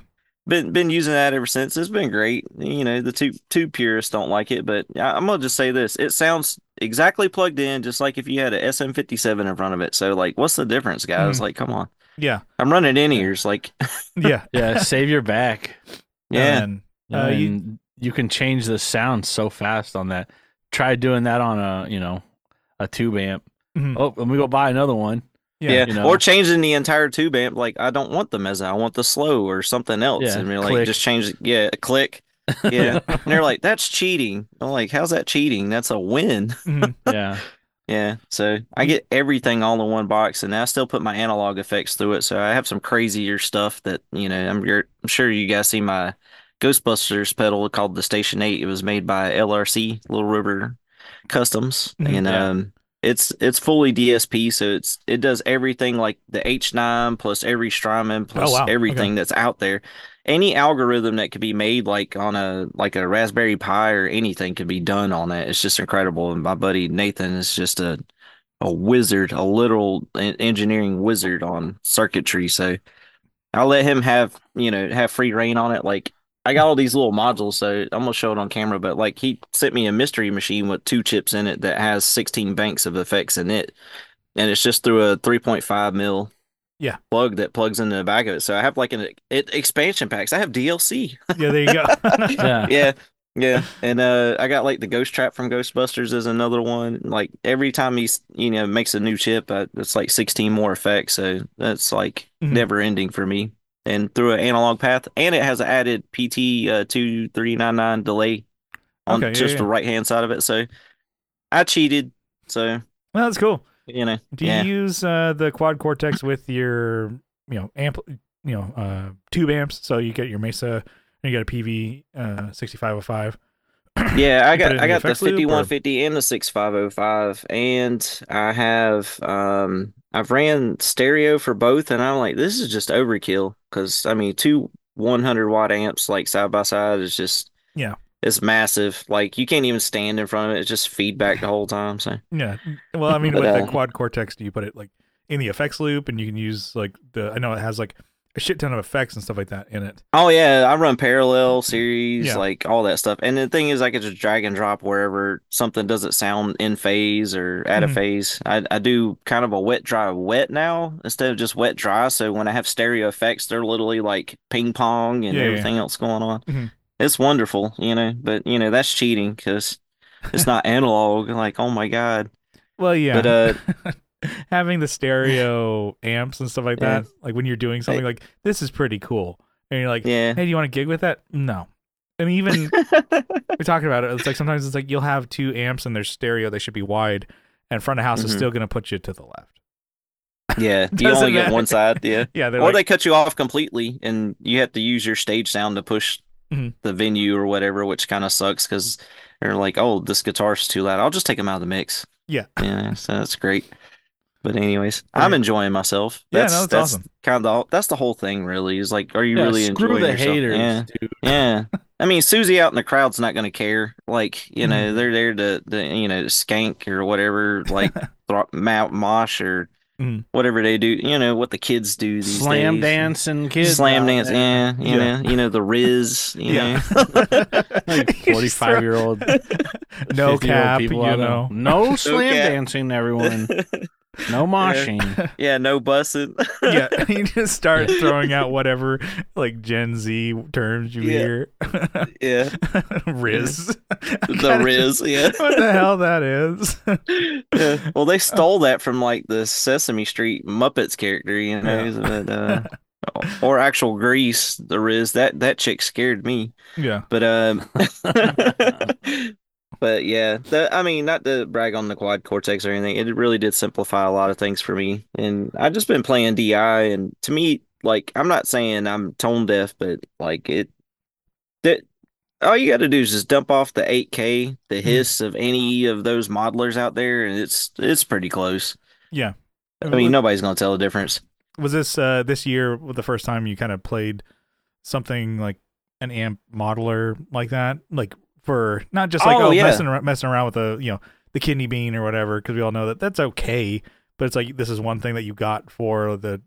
Speaker 3: been been using that ever since. It's been great. You know, the two two purists don't like it, but I, I'm gonna just say this: it sounds exactly plugged in, just like if you had a SM57 in front of it. So, like, what's the difference, guys?
Speaker 1: Mhm.
Speaker 3: Like, come on,
Speaker 1: Yeah,
Speaker 3: I'm running in ears. Like,
Speaker 1: yeah,
Speaker 2: Yeah, save your back.
Speaker 3: yeah,
Speaker 1: And, Uh,
Speaker 2: Uh,
Speaker 1: you-
Speaker 2: you, you can change the sound so fast on that. Try doing that on a you know a tube amp.
Speaker 1: Mhm.
Speaker 2: Oh, and we go buy another one.
Speaker 1: yeah,
Speaker 3: yeah,
Speaker 2: you know.
Speaker 3: or changing the entire tube amp. Like, I don't want the mezzo, I want the slow or something else.
Speaker 2: Yeah,
Speaker 3: and we're like,
Speaker 2: click.
Speaker 3: just change, it. yeah, click. Yeah, and they're like, that's cheating. I'm like, how's that cheating? That's a win.
Speaker 1: Mhm.
Speaker 2: Yeah,
Speaker 3: Yeah, so I get everything all in one box, and I still put my analog effects through it. So I have some crazier stuff that you know. I'm, you're, I'm sure you guys see my Ghostbusters pedal called the Station Eight. It was made by LRC Little River Customs,
Speaker 1: Mhm.
Speaker 3: and
Speaker 2: Mm-hmm. Yeah.
Speaker 3: um, it's it's fully DSP, so it's it does everything like the H9 plus every Strymon plus
Speaker 1: Oh, wow. Okay.
Speaker 3: everything that's out there. Any algorithm that could be made like on a like a Raspberry Pi or anything could be done on it. It's just incredible. And my buddy Nathan is just a a wizard, a literal en- engineering wizard on circuitry. So I'll let him have you know have free reign on it. Like I got all these little modules, so I'm gonna show it on camera. But like he sent me a mystery machine with two chips in it that has 16 banks of effects in it, and it's just through a 3.5 mil
Speaker 1: Yeah.
Speaker 3: plug that plugs into the back of it. So I have like an it, expansion packs. I have DLC.
Speaker 1: yeah. There you go.
Speaker 2: yeah.
Speaker 3: yeah. Yeah, and uh, I got like the Ghost Trap from Ghostbusters is another one. Like every time he's you know makes a new chip, uh, it's like sixteen more effects, so that's like
Speaker 1: Mhm.
Speaker 3: never ending for me. And through an analog path, and it has an added PT uh, two three nine nine delay on
Speaker 1: Okay, yeah,
Speaker 3: just
Speaker 1: yeah.
Speaker 3: the right hand side of it. So I cheated. So
Speaker 1: well, that's cool.
Speaker 3: you know,
Speaker 1: Do
Speaker 3: yeah.
Speaker 1: you use uh, the quad cortex with your, you know, amp, you know, uh, tube amps? So you get your Mesa and you got a PV uh, 6505.
Speaker 3: Yeah, I
Speaker 1: You put it
Speaker 3: got
Speaker 1: in
Speaker 3: I
Speaker 1: the
Speaker 3: got the
Speaker 1: effects loop, or-
Speaker 3: 5150 and the 6505 and I have um I've ran stereo for both and I'm like this is just overkill cuz I mean two 100 watt amps like side by side is just
Speaker 1: Yeah.
Speaker 3: It's massive. Like you can't even stand in front of it. It's just feedback the whole time. So
Speaker 1: Yeah. Well, I mean,
Speaker 3: But,
Speaker 1: with the
Speaker 3: uh,
Speaker 1: quad cortex, do you put it like in the effects loop and you can use like the, I know it has like a shit ton of effects and stuff like that in it.
Speaker 3: Oh yeah, I run parallel series,
Speaker 1: Yeah.
Speaker 3: like all that stuff. And the thing is, I could just drag and drop wherever something doesn't sound in phase or out of
Speaker 1: Mhm.
Speaker 3: phase. I, I do kind of a wet dry wet now instead of just wet dry. So when I have stereo effects, they're literally like ping pong and
Speaker 1: Yeah, yeah,
Speaker 3: everything else going on.
Speaker 1: Mhm.
Speaker 3: It's wonderful, you know. But you know that's cheating because it's not analog. Like oh my god.
Speaker 1: Well, yeah.
Speaker 3: But uh,
Speaker 1: having the stereo amps and stuff like
Speaker 3: Yeah.
Speaker 1: that, like when you're doing something like this is pretty cool, and you're like,
Speaker 3: yeah,
Speaker 1: hey, do you want to gig with that? No. And even we're talking about it. It's like sometimes it's like you'll have two amps and they're stereo. They should be wide, and front of house is
Speaker 3: Mhm.
Speaker 1: still going to put you to the left.
Speaker 3: yeah. You
Speaker 1: Doesn't
Speaker 3: only get one side. Yeah.
Speaker 1: Yeah, they're
Speaker 3: or
Speaker 1: like,
Speaker 3: they cut you off completely and you have to use your stage sound to push
Speaker 1: Mhm.
Speaker 3: the venue or whatever which kind of sucks because they're like oh this guitar's too loud i'll just take them out of the mix
Speaker 1: Yeah.
Speaker 3: yeah so that's great but anyways i'm
Speaker 1: Right.
Speaker 3: enjoying myself
Speaker 1: Yeah,
Speaker 3: that's,
Speaker 1: no, that's awesome.
Speaker 3: kind of that's the whole thing really is like are you
Speaker 2: Yeah,
Speaker 3: really
Speaker 2: screw
Speaker 3: enjoying
Speaker 2: the
Speaker 3: yourself?
Speaker 2: haters,
Speaker 3: yeah
Speaker 2: dude.
Speaker 3: yeah. I mean, Susie out in the crowd's not going to care. Like, you know, they're there to, to, you know, skank or whatever, like thro- ma- mosh or
Speaker 1: Mhm.
Speaker 3: whatever they do, you know, what the kids do these
Speaker 2: Slam
Speaker 3: days.
Speaker 2: dancing kids.
Speaker 3: Slam
Speaker 2: out
Speaker 3: dance,
Speaker 2: there.
Speaker 3: yeah, you
Speaker 1: Yeah.
Speaker 3: know, you know the Riz, you
Speaker 1: Yeah.
Speaker 2: Like
Speaker 1: You just throw-
Speaker 2: Forty-five year old,
Speaker 1: no cap, you
Speaker 2: people out there.
Speaker 1: know.
Speaker 2: no slam
Speaker 3: cap.
Speaker 2: dancing, everyone,
Speaker 3: know,
Speaker 2: no moshing.
Speaker 3: yeah, no bussing.
Speaker 1: yeah, you just start throwing out whatever like Gen Z terms you
Speaker 3: Yeah.
Speaker 1: hear.
Speaker 3: yeah,
Speaker 1: Riz.
Speaker 3: the Riz, yeah.
Speaker 1: what the hell that is?
Speaker 3: Yeah. Well, they stole that from like the Sesame Street Muppets character, you know, but, uh, or actual Grease, the Riz. That that chick scared me.
Speaker 1: yeah.
Speaker 3: But um, but yeah, the, I mean, not to brag on the quad cortex or anything, it really did simplify a lot of things for me. And I've just been playing DI, and to me, like, I'm not saying I'm tone deaf, but like it, that all you got to do is just dump off the 8K, the hiss of any of those modelers out there, and it's it's pretty close.
Speaker 1: Yeah.
Speaker 3: I
Speaker 1: Mm-hmm.
Speaker 3: mean, nobody's gonna tell the difference.
Speaker 1: was this uh this year the first time you kind of played something like an amp modeler like that like for not just like oh,
Speaker 3: Oh, yeah.
Speaker 1: messing around, messing around with the you know the kidney bean or whatever because we all know that that's okay but it's like this is one thing that you got for the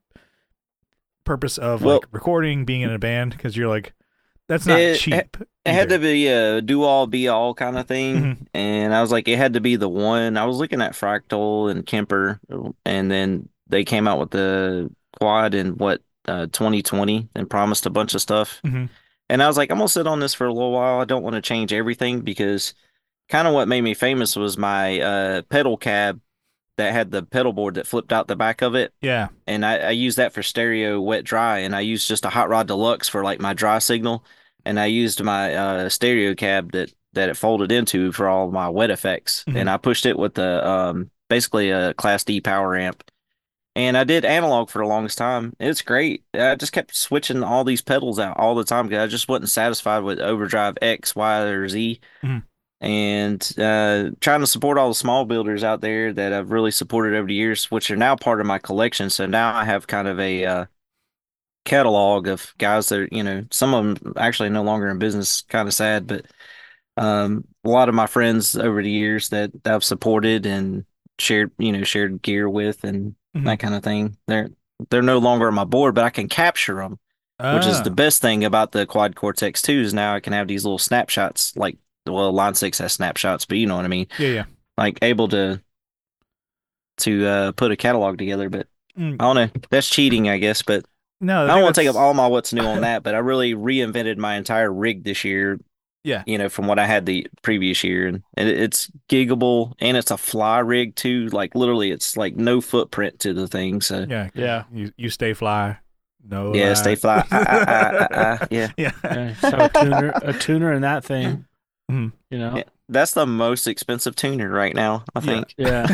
Speaker 1: purpose of
Speaker 3: Well-
Speaker 1: like recording being in a band because you're like that's not
Speaker 3: It-
Speaker 1: cheap
Speaker 3: It had to
Speaker 1: either.
Speaker 3: be a do all be all kind of thing.
Speaker 1: Mhm.
Speaker 3: and I was like, it had to be the one. I was looking at Fractal and Kemper, and then they came out with the quad in what uh, 2020 and promised a bunch of stuff.
Speaker 1: Mhm.
Speaker 3: And I was like, I'm gonna sit on this for a little while. I don't want to change everything because kind of what made me famous was my uh, pedal cab that had the pedal board that flipped out the back of it.
Speaker 1: yeah
Speaker 3: And I, I used that for stereo wet dry, and I used just a hot rod deluxe for like my dry signal, and I used my uh, stereo cab that that it folded into for all my wet effects,
Speaker 1: Mhm.
Speaker 3: and I pushed it with the um, basically a Class D power amp, and I did analog for the longest time. It's great. I just kept switching all these pedals out all the time because I just wasn't satisfied with overdrive X, Y, or Z.
Speaker 1: Mhm.
Speaker 3: And uh, trying to support all the small builders out there that I've really supported over the years, which are now part of my collection. So now I have kind of a uh, catalog of guys that are, you know, some of them actually no longer in business, kind of sad, but um, a lot of my friends over the years that, that I've supported and shared, you know, shared gear with and
Speaker 1: Mhm.
Speaker 3: that kind of thing. They're they're no longer on my board, but I can capture them, which is
Speaker 1: Ah.
Speaker 3: the best thing about the quad cortex 2 is now I can have these little snapshots like well, line 6 has snapshots, but you know what I mean.
Speaker 1: yeah yeah
Speaker 3: Like able to to uh, put a catalog together, but
Speaker 1: Mm.
Speaker 3: I don't know. That's cheating, I guess, but
Speaker 1: no
Speaker 3: I don't want to take up all my what's new on that, but I really reinvented my entire rig this year.
Speaker 1: Yeah.
Speaker 3: You know, from what I had the previous year. And, and it- it's giggable and it's a fly rig too. Like literally it's like no footprint to the thing. So
Speaker 1: yeah
Speaker 2: Yeah.
Speaker 1: you, you stay fly no
Speaker 3: yeah,
Speaker 1: lie.
Speaker 3: stay fly. Ah, ah, ah, ah, ah. Yeah.
Speaker 1: yeah
Speaker 2: Yeah, so a tuner, a tuner in that thing.
Speaker 1: Mhm.
Speaker 2: You know,
Speaker 3: Yeah. That's the most expensive tuner right now, I
Speaker 1: Yeah.
Speaker 3: think.
Speaker 2: yeah.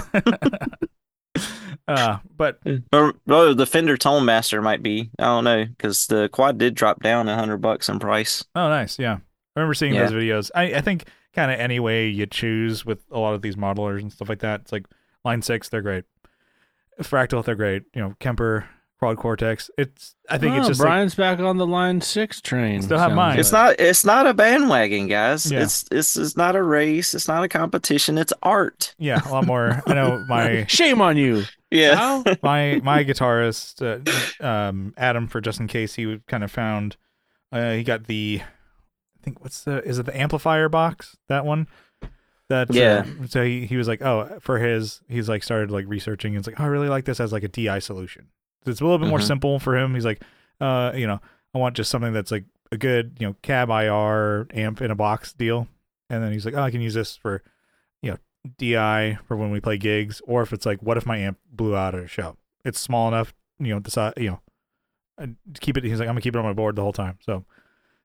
Speaker 1: uh but
Speaker 3: Or, or the Fender Tone Master might be. I don't know, because the quad did drop down a hundred bucks in price.
Speaker 1: Oh, nice. Yeah. I remember seeing
Speaker 3: Yeah.
Speaker 1: those videos. I, I think kind of any way you choose with a lot of these modelers and stuff like that. It's like Line 6, they're great. Fractal, they're great. You know, Kemper, Quad Cortex. It's, I think it's
Speaker 2: Oh,
Speaker 1: just like,
Speaker 2: Brian's back on the line six train.
Speaker 1: Still have
Speaker 2: sounds
Speaker 1: mine.
Speaker 3: It's not it's not a bandwagon, guys.
Speaker 1: Yeah.
Speaker 3: It's it's it's not a race, it's not a competition, it's art.
Speaker 1: yeah, a lot more. I know my,
Speaker 2: Shame on you.
Speaker 3: Yeah.
Speaker 2: How?
Speaker 1: my my guitarist uh, um Adam for just in case he would kind of found uh he got the I think what's the is it the amplifier box that one that uh,
Speaker 3: Yeah.
Speaker 1: so he, he was like oh for his he's like started like researching and it's like oh, I really like this as like a DI solution it's a little bit more
Speaker 3: Mhm.
Speaker 1: simple for him he's like uh you know I want just something that's like a good you know cab IR amp in a box deal and then he's like oh I can use this for DI for when we play gigs, or if it's like, what if my amp blew out at a show? It's small enough, you know, the size, you know, and to keep it. He's like, I'm gonna keep it on my board the whole time. So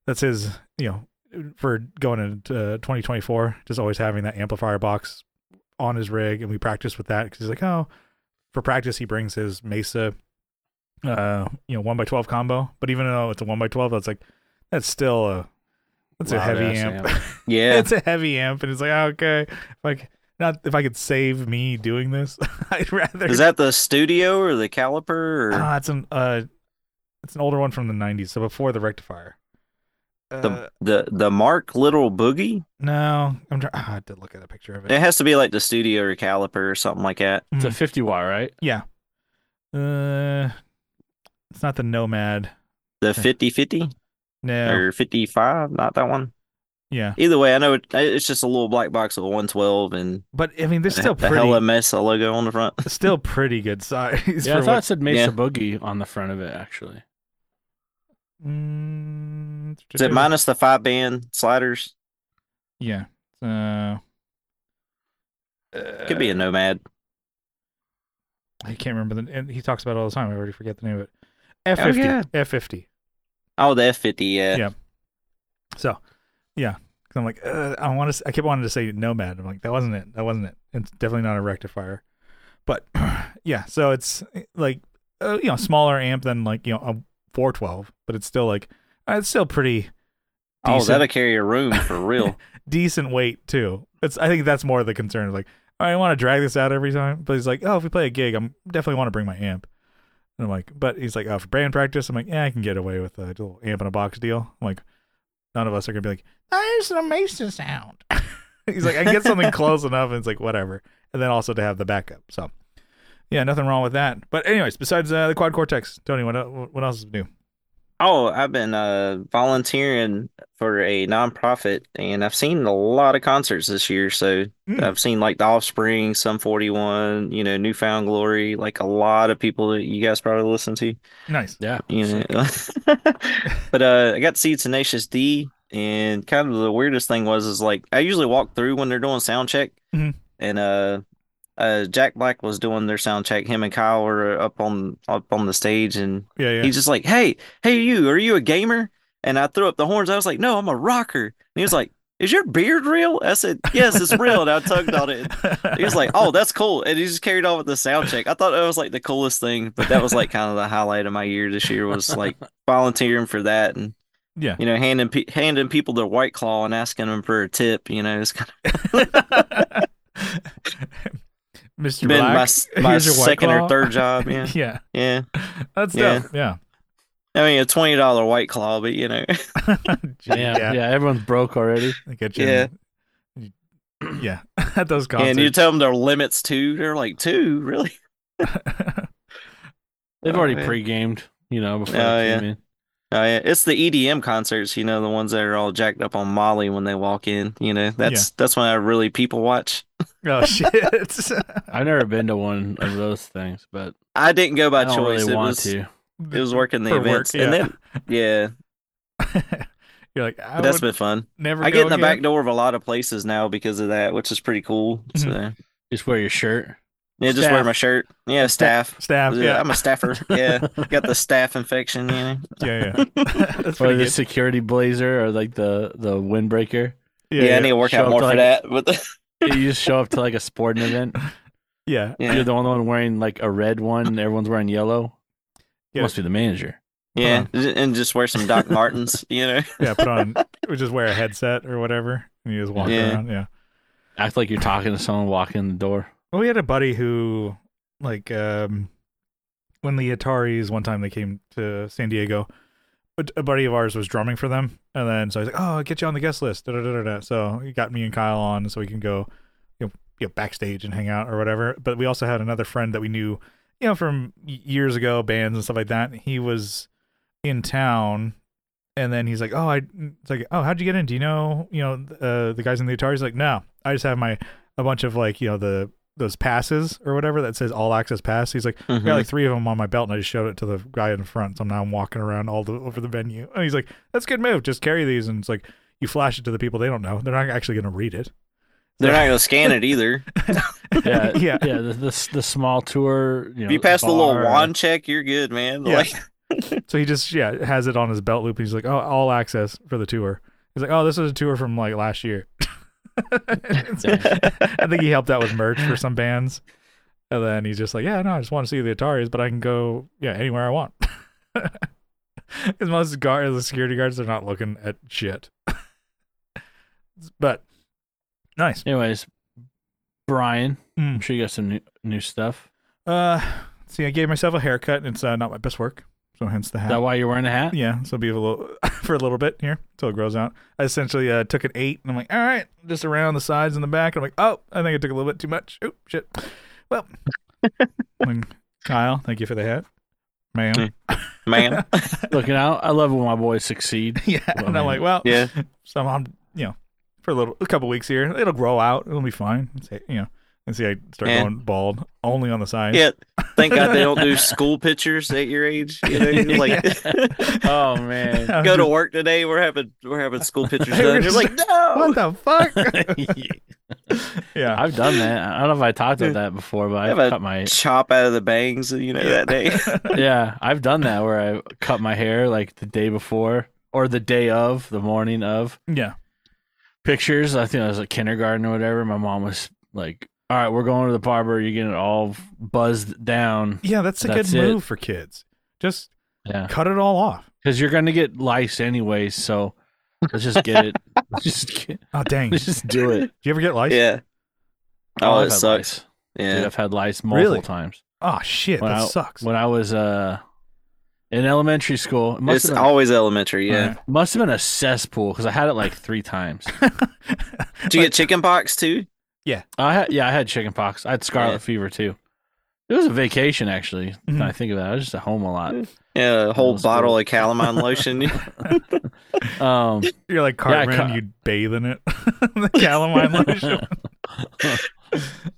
Speaker 1: that's his, you know, for going into uh, 2024, just always having that amplifier box on his rig, and we practice with that because he's like, oh, for practice he brings his Mesa, uh, you know, one by twelve combo. But even though it's a one by twelve, that's like, that's still a, that's a
Speaker 2: Loud
Speaker 1: heavy
Speaker 2: ass
Speaker 1: amp Mm-hmm.
Speaker 3: Yeah.
Speaker 1: it's a heavy amp, and it's like "Ah, okay, like not if I could save me doing this, I'd rather.
Speaker 3: Is that the studio or the caliper? Or
Speaker 1: Ah, it's an uh, it's an older one from the '90s, so before the rectifier.
Speaker 3: the,
Speaker 1: Uh,
Speaker 3: the the Mark Little Boogie?
Speaker 1: no, I'm trying. I had to look at a picture of
Speaker 3: It
Speaker 1: it.
Speaker 3: has to be like the studio or caliper or something like that.
Speaker 2: It's a 50 watt, right?
Speaker 1: Uh, it's not the Nomad.
Speaker 3: The 50 50
Speaker 1: No,
Speaker 3: or 55, not that one.
Speaker 1: yeah,
Speaker 3: Either way, I know it, it's just a little black box with a 112 and
Speaker 1: but I mean, they're still
Speaker 3: the
Speaker 1: pretty,
Speaker 3: LMS logo on the front.
Speaker 1: still pretty good size.
Speaker 2: Yeah, I
Speaker 1: for
Speaker 2: thought
Speaker 1: what-
Speaker 2: it said Mesa
Speaker 3: Yeah.
Speaker 2: Boogie on the front of it, actually.
Speaker 1: Mm,
Speaker 3: Is it minus the five band sliders?
Speaker 1: Yeah. Uh, uh,
Speaker 3: Could be a Nomad.
Speaker 1: I can't remember the. And he talks about it all the time. I already forget the name of it. F
Speaker 3: Oh,
Speaker 1: fifty.
Speaker 3: yeah.
Speaker 1: F fifty.
Speaker 3: Oh, the F fifty. Yeah.
Speaker 1: Yeah. So, yeah. 'Cause I'm like, uh, I want to. I kept wanting to say Nomad. I'm like, that wasn't it. That wasn't it. It's definitely not a rectifier. But yeah, so it's like uh, you know smaller amp than like you know a 412, but it's still like uh, it's still pretty
Speaker 3: Oh,
Speaker 1: decent,
Speaker 3: that'll carry a room for real.
Speaker 1: decent weight too. It's I think that's more the concern. Like I want to drag this out every time, but he's like, oh, if we play a gig, I'm definitely want to bring my amp. And I'm like, but he's like, oh, for band practice, I'm like, yeah, I can get away with a little amp in a box deal. I'm like, none of us are gonna be like, there's an Mesa sound. he's like, I can get something close enough, and it's like whatever. And then also to have the backup. So yeah, nothing wrong with that. But anyways, besides uh, the quad cortex, Tony, what el- what else is new?
Speaker 3: Oh, I've been uh, volunteering for a nonprofit, and I've seen a lot of concerts this year. So
Speaker 1: Mm.
Speaker 3: I've seen like The Offspring, Sum 41, you know, Newfound Glory, like a lot of people that you guys probably listen to.
Speaker 1: Nice.
Speaker 2: Yeah.
Speaker 3: you know. but uh, I got to see Tenacious D, and kind of the weirdest thing was is like I usually walk through when they're doing sound check,
Speaker 1: Mhm.
Speaker 3: and uh, uh, Jack Black was doing their sound check. Him and Kyle were up on up on the stage, and
Speaker 1: Yeah, yeah.
Speaker 3: he's just like, "Hey, hey, you, are you a gamer?" And I threw up the horns. I was like, "No, I'm a rocker." And he was like, "Is your beard real?" I said, "Yes, it's real." And I tugged on it. He was like, "Oh, that's cool," and he just carried on with the sound check. I thought that was like the coolest thing, but that was like kind of the highlight of my year this year was like volunteering for that and
Speaker 1: yeah.
Speaker 3: you know handing pe- handing people their white claw and asking them for a tip. You know, it's kind
Speaker 1: Mr.
Speaker 3: of been my
Speaker 1: Black,
Speaker 3: s- my
Speaker 1: here's your White
Speaker 3: second
Speaker 1: Claw.
Speaker 3: or third job. Yeah,
Speaker 1: yeah,
Speaker 3: yeah.
Speaker 1: that's
Speaker 3: Yeah.
Speaker 1: dope. Yeah,
Speaker 3: I mean, a twenty dollar white claw, but you know,
Speaker 1: Gee,
Speaker 2: Yeah. Yeah. everyone's broke already.
Speaker 1: I get you.
Speaker 3: Yeah.
Speaker 1: yeah. At those concerts,
Speaker 3: and you tell them their limits too. They're like two, really.
Speaker 2: They've
Speaker 3: Oh,
Speaker 2: already
Speaker 3: man.
Speaker 2: pre gamed, you know, before they
Speaker 3: Oh,
Speaker 2: came in.
Speaker 3: Oh yeah, it's the EDM concerts, you know, the ones that are all jacked up on Molly when they walk in. You know, that's that's when I really people watch.
Speaker 1: oh shit!
Speaker 2: I've never been to one of those things, but
Speaker 3: I didn't go by
Speaker 2: I don't
Speaker 3: choice.
Speaker 2: really
Speaker 3: it
Speaker 2: want
Speaker 3: was
Speaker 2: to.
Speaker 3: it was working the
Speaker 1: For work,
Speaker 3: events, and
Speaker 1: yeah.
Speaker 3: then yeah,
Speaker 1: You're like, I
Speaker 3: but that's
Speaker 1: would
Speaker 3: been fun.
Speaker 1: never.
Speaker 3: I get in
Speaker 1: go
Speaker 3: the
Speaker 1: again.
Speaker 3: back door of a lot of places now because of that, which is pretty cool.
Speaker 1: Mhm.
Speaker 3: So
Speaker 2: Just wear your shirt.
Speaker 3: yeah, just wear
Speaker 1: Staff.
Speaker 3: my shirt. Yeah, staff.
Speaker 1: staff.
Speaker 3: Yeah,
Speaker 1: Yeah,
Speaker 3: I'm a staffer. Yeah, got the staff infection. You know,
Speaker 1: yeah, yeah. that's
Speaker 2: Or
Speaker 1: pretty
Speaker 2: the
Speaker 1: good.
Speaker 2: security blazer or like the, the windbreaker.
Speaker 1: Yeah,
Speaker 3: yeah, I need
Speaker 1: yeah,
Speaker 3: to work
Speaker 2: Show
Speaker 3: out
Speaker 2: up
Speaker 3: more
Speaker 2: to,
Speaker 3: for
Speaker 2: like-
Speaker 3: that. But
Speaker 2: You just show up to like a sporting event.
Speaker 1: yeah.
Speaker 3: yeah,
Speaker 2: You're the only one wearing like a red one. and Everyone's wearing yellow.
Speaker 1: Yeah.
Speaker 2: Must be the manager.
Speaker 3: yeah, and just wear some Doc Martens. You know,
Speaker 1: yeah. Put on, or just wear a headset or whatever, and you just walk
Speaker 3: Yeah.
Speaker 1: around. Yeah.
Speaker 2: Act like you're talking to someone walking in the door.
Speaker 1: Well, we had a buddy who, like, um, when the Ataris one time they came to San Diego, a, a buddy of ours was drumming for them, and then so I was like, "Oh, I'll get you on the guest list." Da, da, da, da, da. So he got me and Kyle on, so we can go, you know, you know, backstage and hang out or whatever. But we also had another friend that we knew you know, from y- years ago, bands and stuff like that. He was in town, and then he's like, "Oh, I." It's like, "Oh, how'd you get in? Do you know, you know, uh, the guys in the guitar?" He's like, "No, I just have my a bunch of like, you know, the those passes or whatever that says all access pass." He's like, "I got like three of them on my belt, and I just showed it to the guy in front. So now I'm walking around all the, over the venue." And he's like, "That's a good move. Just carry these." And it's like, you flash it to the people they don't know. They're not actually going to read it.
Speaker 3: They're not gonna scan it either.
Speaker 2: Yeah,
Speaker 1: Yeah.
Speaker 2: yeah, the, the the small tour. You, know,
Speaker 3: If you pass the little
Speaker 2: bar.
Speaker 3: wand check, you're good, man.
Speaker 1: Yeah.
Speaker 3: Like
Speaker 1: So he just yeah has it on his belt loop. He's like, oh, all access for the tour. He's like, oh, this is a tour from like last year. I think he helped out with merch for some bands, and then he's just like, yeah, no, I just want to see the Ataris, but I can go yeah anywhere I want. Because most guard, the security guards, they're not looking at shit. but nice.
Speaker 2: Anyways, Brian,
Speaker 1: Mm.
Speaker 2: I'm sure you got some new, new stuff.
Speaker 1: Uh, see, I gave myself a haircut. It's uh, not my best work, so hence the
Speaker 2: Is
Speaker 1: hat.
Speaker 2: that why you're wearing a hat?
Speaker 1: Yeah, so it'll be a little for a little bit here until it grows out. I essentially uh, took an eight, and I'm like, all right, just around the sides and the back. And I'm like, oh, I think I took a little bit too much. Oh shit. Well, like, Kyle, thank you for the hat, ma'am.
Speaker 3: man.
Speaker 2: Looking out, I love when my boys succeed.
Speaker 1: yeah, and
Speaker 2: Well,
Speaker 1: I'm
Speaker 2: man.
Speaker 1: like, well,
Speaker 3: Yeah.
Speaker 1: so I'm, you know, for a little, a couple weeks here, it'll grow out. It'll be fine. It's, you know, and see, I start
Speaker 3: Yeah.
Speaker 1: going bald only on the sides.
Speaker 3: Yeah. Thank God they don't do school pictures at your age. You know, you're like
Speaker 2: Oh man,
Speaker 1: I'm
Speaker 3: go to
Speaker 1: just-
Speaker 3: work today, we're having we're having school pictures
Speaker 1: Hey, we're
Speaker 3: done. You're like, no.
Speaker 1: What the fuck? yeah.
Speaker 2: I've done that. I don't know if I talked about that before, but I
Speaker 3: Have a-
Speaker 2: cut my
Speaker 3: Chop out of the bangs, you know, that day.
Speaker 2: yeah, I've done that where I cut my hair like the day before or the day of, the morning of
Speaker 1: Yeah.
Speaker 2: pictures. I think I was like kindergarten or whatever. My mom was like, "All right, we're going to the barber. You're getting it all buzzed down.
Speaker 1: Yeah. That's a
Speaker 2: That's
Speaker 1: good
Speaker 2: it.
Speaker 1: move for kids. Just
Speaker 2: Yeah,
Speaker 1: cut it all off.
Speaker 2: because you're gonna get lice anyways. So let's just get it. Let's just get,
Speaker 1: Oh dang!
Speaker 2: let's
Speaker 1: Do
Speaker 2: just do it.
Speaker 1: you ever get lice?
Speaker 3: Yeah.
Speaker 2: I've
Speaker 3: Oh, it
Speaker 2: had
Speaker 3: sucks.
Speaker 2: lice. Dude,
Speaker 3: Yeah.
Speaker 2: I've had lice multiple
Speaker 1: Really?
Speaker 2: times.
Speaker 1: Oh shit,
Speaker 2: When
Speaker 1: that
Speaker 2: I-
Speaker 1: sucks.
Speaker 2: When I was uh in elementary school, it must
Speaker 3: It's
Speaker 2: have been,
Speaker 3: always elementary, yeah.
Speaker 2: must have been a cesspool because I had it like three times.
Speaker 3: Do you get chicken pox too?
Speaker 2: I had, yeah, I had chickenpox. I had scarlet
Speaker 3: Yeah.
Speaker 2: fever too. It was a vacation, actually. Now
Speaker 1: Mhm.
Speaker 2: I think about it, I was just at home a lot.
Speaker 3: Yeah, a whole
Speaker 2: Almost
Speaker 3: bottle
Speaker 2: cool.
Speaker 3: of calamine lotion.
Speaker 2: Um,
Speaker 1: You're like
Speaker 2: Yeah, I
Speaker 1: Cartman,
Speaker 2: ca-
Speaker 1: you'd bathe in it. the calamine lotion.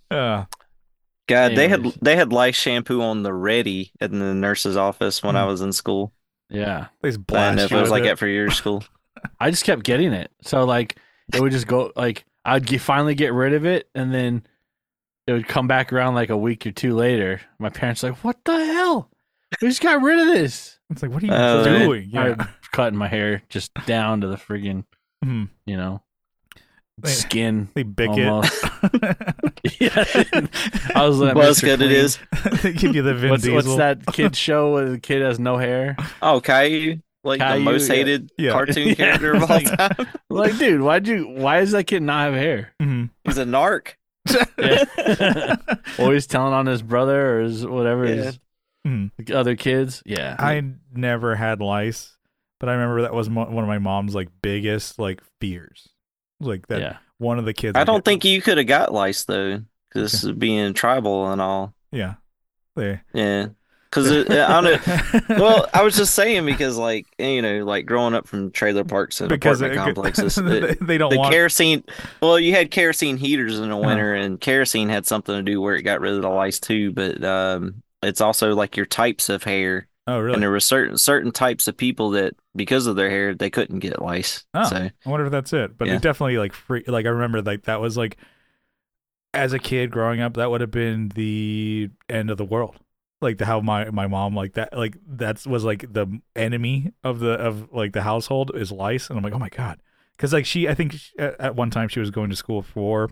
Speaker 1: Uh,
Speaker 3: God, they had
Speaker 2: Anyways.
Speaker 3: they had lice shampoo on the ready in the nurse's office
Speaker 2: Hmm.
Speaker 3: when I was in school.
Speaker 2: yeah,
Speaker 1: they just
Speaker 3: I didn't know
Speaker 1: blast
Speaker 3: if
Speaker 1: you
Speaker 3: it was
Speaker 1: with
Speaker 3: like
Speaker 1: it.
Speaker 3: that for your school.
Speaker 2: I just kept getting it. So like, it would just go like I'd get, finally get rid of it, and then it would come back around like a week or two later. My parents were like, "What the hell? We just got rid of this."
Speaker 1: It's like, what are you
Speaker 3: Oh, man.
Speaker 1: doing?
Speaker 2: I
Speaker 1: Yeah.
Speaker 2: would cut my hair just down to the friggin',
Speaker 1: Mhm.
Speaker 2: you know,
Speaker 1: They-
Speaker 2: skin.
Speaker 1: They bick
Speaker 2: Almost.
Speaker 1: it.
Speaker 2: yeah, I was like, Mr.
Speaker 3: Buzz good it
Speaker 2: Clean.
Speaker 3: is.
Speaker 1: they give you the Vin
Speaker 2: What's,
Speaker 1: Diesel.
Speaker 2: what's that kid show where the kid has no hair?
Speaker 3: Oh, Caillou, like
Speaker 2: Caillou,
Speaker 3: the most
Speaker 2: yeah.
Speaker 3: hated
Speaker 1: Yeah.
Speaker 3: cartoon
Speaker 2: Yeah.
Speaker 3: character of all
Speaker 2: Like-
Speaker 3: time.
Speaker 2: Like, dude, why'd you? Why does that kid not have hair?
Speaker 1: Mhm.
Speaker 3: He's a narc.
Speaker 2: Yeah. Always telling on his brother or his whatever his
Speaker 1: Mhm.
Speaker 2: other kids. Yeah,
Speaker 1: I never had lice, but I remember that was mo- one of my mom's like biggest like fears. Like that
Speaker 2: yeah.
Speaker 1: one of the kids.
Speaker 3: I
Speaker 1: would
Speaker 3: don't
Speaker 1: get-
Speaker 3: think you could have got lice though, because being tribal and all.
Speaker 1: Yeah. They.
Speaker 3: Yeah, because I don't know. Well, I was just saying because, like, you know, like growing up from trailer parks and
Speaker 1: because it,
Speaker 3: apartment complexes,
Speaker 1: they,
Speaker 3: the,
Speaker 1: they don't
Speaker 3: the
Speaker 1: want
Speaker 3: kerosene. Well, you had kerosene heaters in the winter, and kerosene had something to do where it got rid of the lice too. But um, it's also like your types of hair,
Speaker 1: Oh, really?
Speaker 3: and there were certain certain types of people that because of their hair they couldn't get lice.
Speaker 1: Oh.
Speaker 3: So
Speaker 1: I wonder if that's it. But
Speaker 3: Yeah.
Speaker 1: it definitely like free. Like I remember like that was like as a kid growing up, that would have been the end of the world. Like the, how my my mom like that like that's was like the enemy of the of like the household is lice, and I'm like oh my god, because like she I think she, at, at one time she was going to school for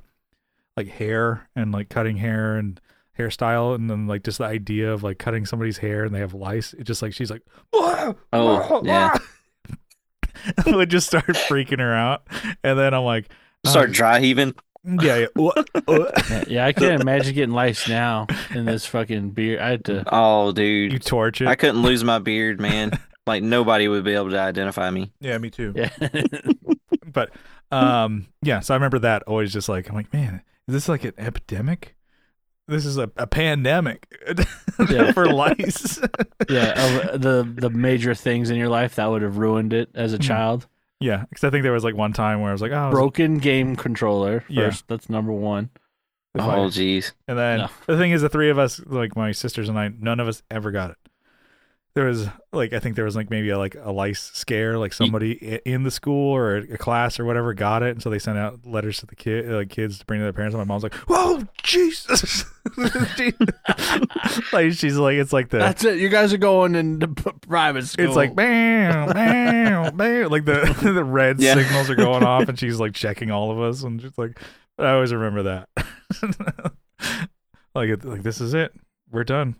Speaker 1: like hair and like cutting hair and hairstyle and then like just the idea of like cutting somebody's hair and they have lice it just like she's like oh,
Speaker 3: Oh, yeah.
Speaker 1: I would just start freaking her out and then i'm like um,
Speaker 3: start dry heaving.
Speaker 1: yeah, yeah. Wha- wha-
Speaker 2: yeah, yeah, I can't imagine getting lice now in this fucking beard. I had to.
Speaker 3: Oh,
Speaker 1: you
Speaker 3: dude,
Speaker 1: torch it
Speaker 3: I couldn't lose my beard, man. like nobody would be able to identify me.
Speaker 1: yeah me too
Speaker 2: Yeah,
Speaker 1: but um yeah so i remember that always just like i'm like man is this like an epidemic This is a, a pandemic
Speaker 2: Yeah.
Speaker 1: for lice.
Speaker 2: yeah, of uh, the the major things in your life that would have ruined it as a
Speaker 1: Mhm.
Speaker 2: child.
Speaker 1: yeah, because I think there was like one time where I was like, oh,
Speaker 2: Broken game controller first.
Speaker 1: Yeah.
Speaker 2: That's number one.
Speaker 1: if I-
Speaker 3: Oh, jeez.
Speaker 1: And then
Speaker 2: No.
Speaker 1: the thing is, the three of us, like my sisters and I, none of us ever got it. There was like I think there was like maybe a, like a lice scare, like somebody i in the school or a class or whatever got it, and so they sent out letters to the kid, like kids to bring to their parents. And my mom's like, "Whoa, Jesus!" She- like she's like, it's like the.
Speaker 2: That's it. You guys are going into p- private school.
Speaker 1: it's like bam, bam, bam. Like the the red
Speaker 3: Yeah.
Speaker 1: signals are going off, and she's like checking all of us, and just like, but I always remember that. like, it- like this is it. We're done.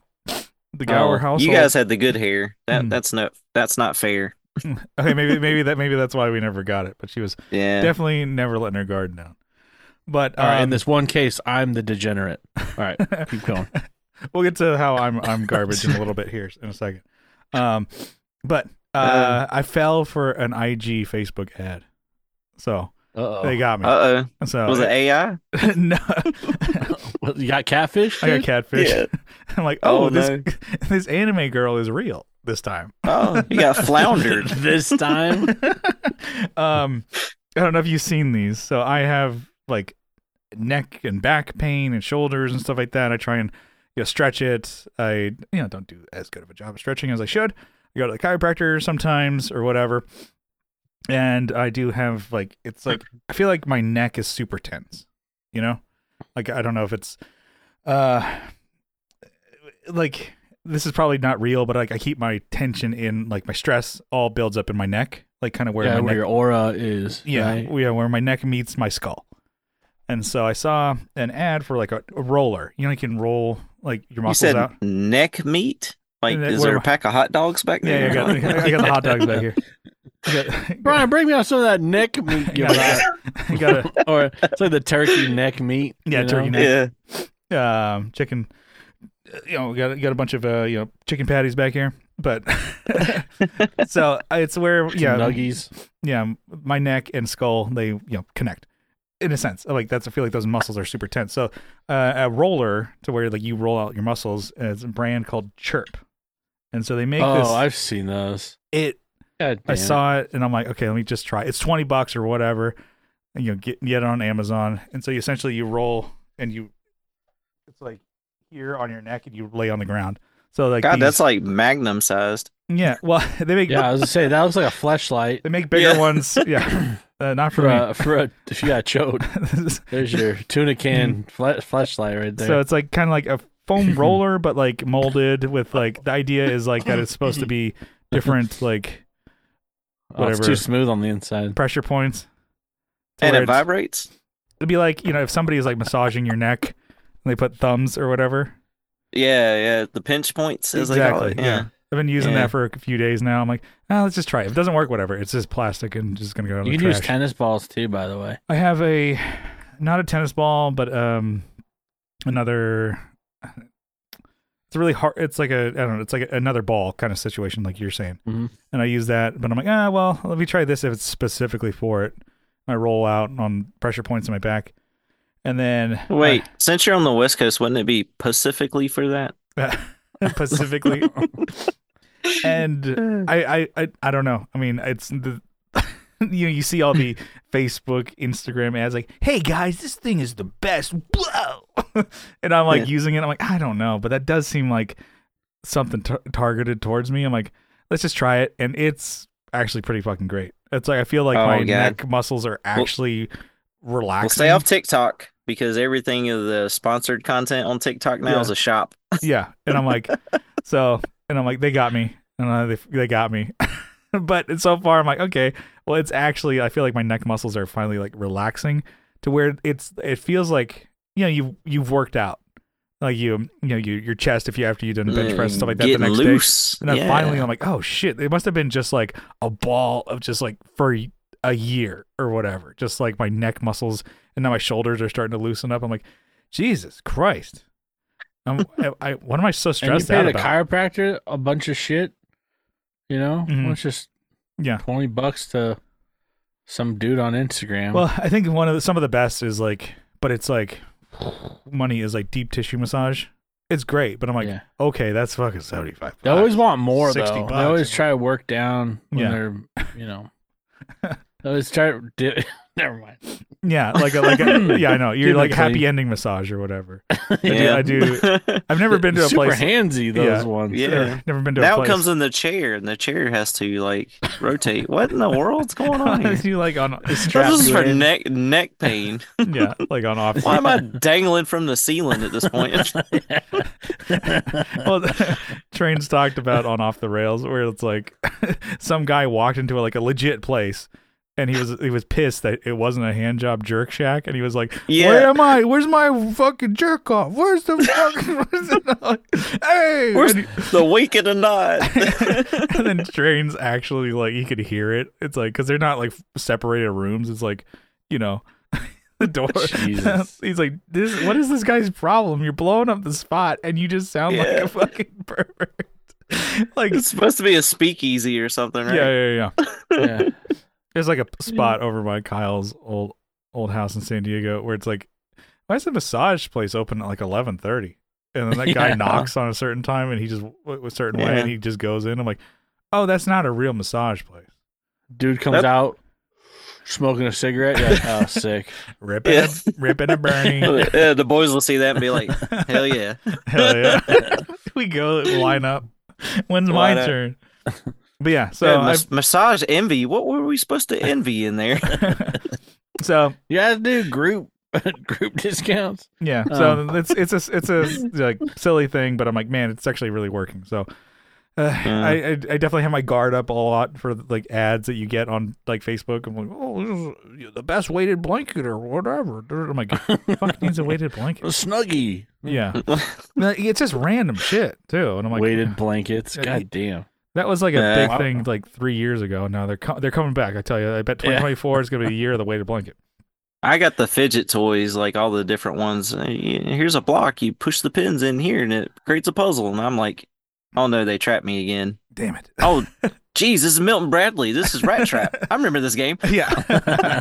Speaker 1: The Gower
Speaker 3: Oh,
Speaker 1: household.
Speaker 3: You guys had the good hair. That
Speaker 1: Mm.
Speaker 3: that's not that's not fair.
Speaker 1: okay, maybe maybe that maybe that's why we never got it. But she was
Speaker 3: Yeah.
Speaker 1: definitely never letting her guard down. But
Speaker 2: all right.
Speaker 1: um,
Speaker 2: in this one case, I'm the degenerate. All right, keep going.
Speaker 1: we'll get to how I'm I'm garbage in a little bit here in a second. Um, but uh,
Speaker 3: Uh.
Speaker 1: I fell for an IG Facebook ad, so
Speaker 2: Uh
Speaker 1: they got me.
Speaker 3: Uh
Speaker 1: So
Speaker 3: oh. Was it AI?
Speaker 1: no,
Speaker 2: oh. You got catfish?
Speaker 1: I got catfish.
Speaker 3: Yeah.
Speaker 1: I'm like, oh,
Speaker 3: Oh,
Speaker 1: this
Speaker 3: no.
Speaker 1: this anime girl is real this time.
Speaker 3: Oh, you got floundered.
Speaker 2: this time.
Speaker 1: um, I don't know if you've seen these. So I have like neck and back pain and shoulders and stuff like that. I try and you know stretch it. I you know don't do as good of a job of stretching as I should. I go to the chiropractor sometimes or whatever. And I do have like it's like I feel like my neck is super tense. You know? Like I don't know if it's uh like this is probably not real, but like I keep my tension in like my stress all builds up in my neck, like kind of where
Speaker 2: yeah,
Speaker 1: my
Speaker 2: where
Speaker 1: neck
Speaker 2: your aura is.
Speaker 1: yeah,
Speaker 2: right?
Speaker 1: yeah, where my neck meets my skull. And so I saw an ad for like a, a roller. You know, you can roll like your
Speaker 3: You
Speaker 1: muscles
Speaker 3: said
Speaker 1: out.
Speaker 3: neck meat? Like
Speaker 1: Neck-
Speaker 3: is
Speaker 1: where
Speaker 3: there
Speaker 1: am
Speaker 3: a
Speaker 1: I?
Speaker 3: pack of hot dogs back
Speaker 1: Yeah,
Speaker 3: there?
Speaker 1: yeah, I got, I got the hot dogs back here. I got,
Speaker 2: Brian, bring me out some of that neck meat you
Speaker 1: Yeah.
Speaker 2: got.
Speaker 1: I got a
Speaker 2: or it's like the turkey neck meat.
Speaker 1: Yeah,
Speaker 2: you
Speaker 1: turkey
Speaker 2: know?
Speaker 1: neck.
Speaker 3: yeah.
Speaker 1: um, chicken. You know, got got a bunch of uh, you know chicken patties back here, but so it's where yeah,
Speaker 2: Yeah, nuggies.
Speaker 1: yeah, m- my neck and skull they you know connect in a sense. Like that's I feel like those muscles are super tense. So uh, a roller to where like you roll out your muscles. And it's a brand called Chirp, and so they make
Speaker 2: Oh,
Speaker 1: this.
Speaker 2: I've seen those.
Speaker 1: it
Speaker 2: God
Speaker 1: I
Speaker 2: damn.
Speaker 1: saw it and I'm like, okay, let me just try. it. It's twenty bucks or whatever, and you know, get get it on Amazon. And so you essentially you roll and you, it's like here on your neck and you lay on the ground. So like
Speaker 3: God,
Speaker 1: these-
Speaker 3: that's like magnum sized.
Speaker 1: yeah. Well, they make
Speaker 2: Yeah, I was gonna say that looks like a flashlight
Speaker 1: they make bigger
Speaker 3: Yeah.
Speaker 1: ones. Yeah, uh, not for
Speaker 2: for a, for a if you got chode.
Speaker 1: me.
Speaker 2: There's your tuna can fla- flashlight right there.
Speaker 1: Mm. So it's like kind of like a foam roller, but like molded with like the idea is like that it's supposed to be different like
Speaker 2: Oh, it's
Speaker 1: whatever.
Speaker 2: too smooth on the inside.
Speaker 1: pressure points. to
Speaker 3: And
Speaker 1: where
Speaker 3: it
Speaker 1: it's-
Speaker 3: vibrates?
Speaker 1: It'd be like you know if somebody is like massaging your neck and they put thumbs or whatever.
Speaker 3: Yeah, yeah. The pinch points as they call it. oh, Yeah.
Speaker 1: I've been using
Speaker 3: Yeah.
Speaker 1: that for a few days now. I'm like, ah, let's just try it. If it doesn't work, whatever. It's just plastic and just gonna go in
Speaker 2: You
Speaker 1: the
Speaker 2: can
Speaker 1: trash.
Speaker 2: use tennis balls too, by the way.
Speaker 1: I have a not a tennis ball, but um another it's really hard it's like a I don't know, it's like another ball kind of situation like you're saying.
Speaker 2: Mhm.
Speaker 1: And I use that, but I'm like, ah well, let me try this if it's specifically for it. I roll out on pressure points in my back. And then
Speaker 3: Wait, since you're on the West Coast, wouldn't it be specifically for that?
Speaker 1: specifically and I, I, I, I don't know. I mean, it's the you know, you see all the Facebook, Instagram ads like, "Hey guys, this thing is the best." Whoa! and I'm like
Speaker 3: Yeah.
Speaker 1: using it. I'm like, I don't know, but that does seem like something tar- targeted towards me. I'm like, let's just try it, and it's actually pretty fucking great. It's like I feel like
Speaker 3: Oh,
Speaker 1: my
Speaker 3: God.
Speaker 1: neck muscles are actually relaxing.
Speaker 3: Well, stay off TikTok because everything of the sponsored content on TikTok now
Speaker 1: Yeah.
Speaker 3: is a shop.
Speaker 1: yeah and i'm like so and i'm like they got me and uh, they, they got me but so far i'm like okay well it's actually i feel like my neck muscles are finally like relaxing to where it's it feels like you know you you've worked out like you you know you, your chest if you after you've done bench press and stuff like that the
Speaker 3: Getting
Speaker 1: next day
Speaker 3: loose.
Speaker 1: and then
Speaker 3: yeah.
Speaker 1: finally i'm like oh shit it must have been just like a ball of just like for a year or whatever just like my neck muscles and now my shoulders are starting to loosen up i'm like jesus christ I'm, I, I, what am i so
Speaker 2: And you
Speaker 1: stressed out
Speaker 2: paid a
Speaker 1: about
Speaker 2: chiropractor a bunch of shit. You know,
Speaker 1: Mhm.
Speaker 2: Well, it's just
Speaker 1: Yeah.
Speaker 2: twenty bucks to some dude on Instagram.
Speaker 1: Well, I think one of the, some of the best is like, but it's like money is like deep tissue massage. It's great, but I'm like,
Speaker 2: Yeah.
Speaker 1: okay, that's fucking seventy five.
Speaker 2: They always want more
Speaker 1: 60
Speaker 2: though. They
Speaker 1: bucks.
Speaker 2: always try to work down when
Speaker 1: Yeah.
Speaker 2: they're, you know. they always try. To di- Never mind.
Speaker 1: yeah, like a, like a, yeah, I know you're
Speaker 2: Give me
Speaker 1: like
Speaker 2: a
Speaker 1: happy
Speaker 2: clean.
Speaker 1: ending massage or whatever.
Speaker 3: Yeah,
Speaker 1: I do- I've never been to a
Speaker 2: Super
Speaker 1: place.
Speaker 2: handsy those
Speaker 1: Yeah.
Speaker 2: ones.
Speaker 3: Yeah.
Speaker 1: never been to a
Speaker 3: now it
Speaker 1: place.
Speaker 3: comes in the chair, and the chair has to like rotate. What in the world's going on here?
Speaker 1: you like on strapped
Speaker 3: This is
Speaker 1: you
Speaker 3: for
Speaker 1: in.
Speaker 3: neck neck pain.
Speaker 1: yeah, like on off.
Speaker 3: Why am I dangling from the ceiling at this point?
Speaker 1: well, trains talked about on off the rails where it's like some guy walked into like a legit place and he was he was pissed that it wasn't a hand job jerk shack and he was like where
Speaker 3: Yeah.
Speaker 1: am i where's my fucking jerk off where's the fucking where's the, hey
Speaker 3: Where's
Speaker 1: and,
Speaker 3: the week and the night?
Speaker 1: and then trains actually like you could hear it it's like because they're not like separated rooms it's like you know the door
Speaker 2: Jesus.
Speaker 1: he's like this what is this guy's problem you're blowing up the spot and you just sound like
Speaker 3: Yeah.
Speaker 1: a fucking pervert like
Speaker 3: It's supposed to be a speakeasy or something, right?
Speaker 1: yeah yeah yeah
Speaker 2: Yeah.
Speaker 1: There's like a p- spot over by Kyle's old old house in San Diego where it's like, why is the massage place open at like eleven thirty? And then that guy
Speaker 2: Yeah.
Speaker 1: knocks on a certain time and he just w- a certain way
Speaker 3: Yeah.
Speaker 1: and he just goes in. I'm like, oh, that's not a real massage place.
Speaker 2: Dude comes
Speaker 3: That-
Speaker 2: out smoking a cigarette. You're like, oh, sick.
Speaker 1: Rip it, a, rip it, a Bernie.
Speaker 3: Yeah, Uh, the boys will see that and be like, "Hell yeah!"
Speaker 1: Hell yeah, we go line up. When's
Speaker 3: Line
Speaker 1: my
Speaker 3: up.
Speaker 1: turn? But yeah, so
Speaker 3: So
Speaker 1: I
Speaker 3: Uh, massage envy. What were we supposed to envy in there?
Speaker 1: so
Speaker 2: You guys do group group discounts.
Speaker 1: Yeah. So it's it's a it's a like silly thing, but I'm like, man, it's actually really working. So uh, I, I I definitely have my guard up a lot for like ads that you get on like Facebook. I'm like, oh, this is the best weighted blanket or whatever. I'm like, fuck needs a weighted
Speaker 2: A
Speaker 1: blanket.
Speaker 2: snuggie.
Speaker 1: Yeah. No, It's just random shit too, and I'm like,
Speaker 2: Weighted blankets.
Speaker 1: Yeah,
Speaker 2: God damn.
Speaker 1: that was like a
Speaker 3: Yeah.
Speaker 1: big thing like three years ago. Now they're co- they're coming back. I tell you, I bet
Speaker 2: Yeah.
Speaker 1: 2024 is gonna be the year of the weighted blanket.
Speaker 3: I got the fidget toys, like all the different ones. Uh, y- Here's a block. You push the pins in here, and it creates a puzzle. And I'm like, "Oh no, they trapped me again."
Speaker 1: Damn it.
Speaker 3: Oh, geez, this is Milton Bradley. This is Rat Trap. I remember this game.
Speaker 1: yeah.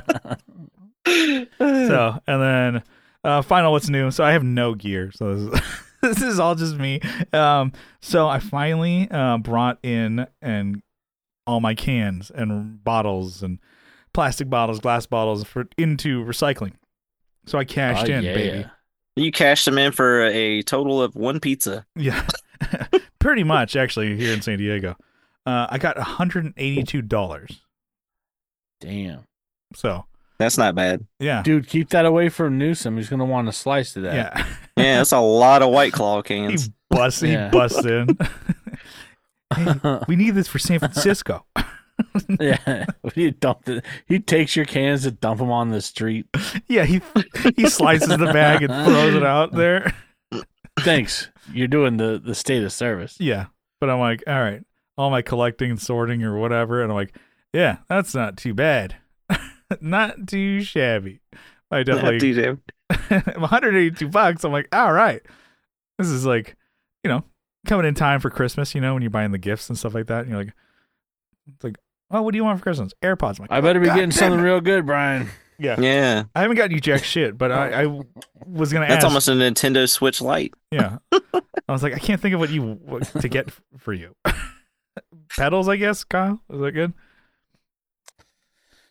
Speaker 3: So,
Speaker 1: so and then uh final what's new so i have no gear so this is, this is all just me um so i finally uh brought in and all my cans and bottles and plastic bottles glass bottles for into recycling so i cashed
Speaker 2: Oh,
Speaker 1: in
Speaker 2: yeah.
Speaker 1: baby
Speaker 3: you cashed them in for a total of one pizza.
Speaker 1: yeah pretty much actually here in san diego uh i got 182 dollars
Speaker 2: Damn.
Speaker 1: so
Speaker 3: That's not bad.
Speaker 1: yeah
Speaker 2: Dude, keep that away from Newsom. He's gonna want a slice of that.
Speaker 1: yeah
Speaker 3: Yeah, that's a lot of White Claw
Speaker 1: he
Speaker 3: cans.
Speaker 1: busts he
Speaker 2: Yeah.
Speaker 1: busts in Hey, we need this for san francisco
Speaker 2: yeah. He dumped it. He takes your cans to dump them on the street.
Speaker 1: Yeah, he he slices the bag and throws it out there.
Speaker 2: Thanks. You're doing the, the state of service.
Speaker 1: Yeah, but I'm like, all right, all my collecting and sorting or whatever, and I'm like, yeah, that's not too bad, not too shabby. I
Speaker 3: Yeah,
Speaker 1: definitely
Speaker 3: dude,
Speaker 1: 182 bucks. I'm like, all right, this is like, you know, coming in time for Christmas. You know, when you're buying the gifts and stuff like that, and you're like, it's like, oh, what do you want for Christmas? AirPods. I'm like,
Speaker 2: I better be
Speaker 1: God
Speaker 2: getting
Speaker 1: damn
Speaker 2: something
Speaker 1: it.
Speaker 2: real good, Brian.
Speaker 1: Yeah,
Speaker 3: yeah.
Speaker 1: I haven't gotten you jack shit, but I, I was gonna
Speaker 3: That's
Speaker 1: ask.
Speaker 3: almost a Nintendo Switch Lite.
Speaker 1: Yeah. I was like, I can't think of what you what to get f- for you. Pedals, I guess. Kyle, is that good?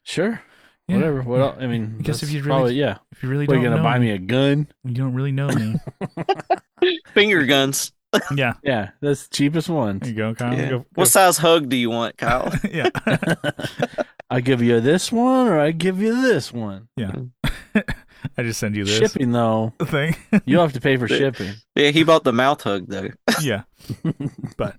Speaker 2: Sure.
Speaker 1: Yeah.
Speaker 2: Whatever. What else? I mean,
Speaker 1: I guess if
Speaker 2: that's
Speaker 1: you'd really-
Speaker 2: probably, yeah.
Speaker 1: If you really
Speaker 2: What,
Speaker 1: don't
Speaker 2: you gonna
Speaker 1: know
Speaker 2: buy me a gun?
Speaker 1: you don't really know me.
Speaker 3: Finger guns.
Speaker 1: yeah,
Speaker 2: Yeah, that's the cheapest one.
Speaker 1: there you go, Kyle.
Speaker 3: Yeah.
Speaker 1: Uh, Go, go-
Speaker 3: What size hug do you want, Kyle?
Speaker 1: yeah,
Speaker 2: I give you this one, or I give you this one.
Speaker 1: I just send you this
Speaker 2: Shipping though,
Speaker 1: thing.
Speaker 2: you have to pay for shipping.
Speaker 3: yeah, he bought the mouth hug though.
Speaker 1: yeah, but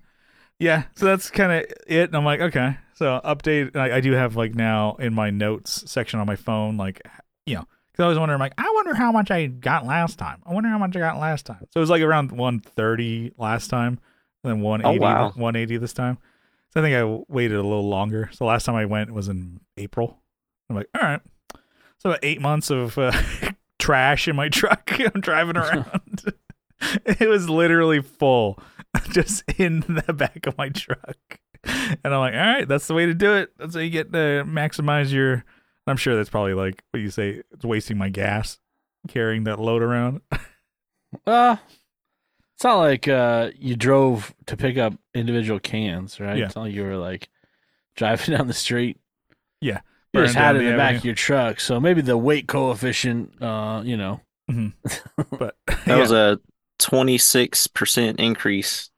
Speaker 1: yeah, so that's kind of it. And I'm like, okay, so update. I, I do have like now in my notes section on my phone, like you know, because I was wondering, like, I wonder how much I got last time. I wonder how much I got last time. So it was like around 130 last time, and then 180,
Speaker 3: Oh, wow.
Speaker 1: 180 this time. So I think I w- waited a little longer. So last time I went was in April. I'm like, all right. So about eight months of uh, trash in my truck. I'm driving around. it was literally full, just in the back of my truck. And I'm like, all right, that's the way to do it. That's how you get to maximize your. I'm sure that's probably like what you say. It's wasting my gas carrying that load around.
Speaker 2: Uh, it's not like uh, you drove to pick up individual cans, right?
Speaker 1: Yeah.
Speaker 2: It's not like you were like driving down the street.
Speaker 1: Yeah.
Speaker 2: You just
Speaker 1: Burned
Speaker 2: had
Speaker 1: down
Speaker 2: it in
Speaker 1: the
Speaker 2: the back
Speaker 1: avenue.
Speaker 2: of your truck. So maybe the weight coefficient, uh, you know.
Speaker 1: But
Speaker 3: That
Speaker 1: yeah,
Speaker 3: was a 26% increase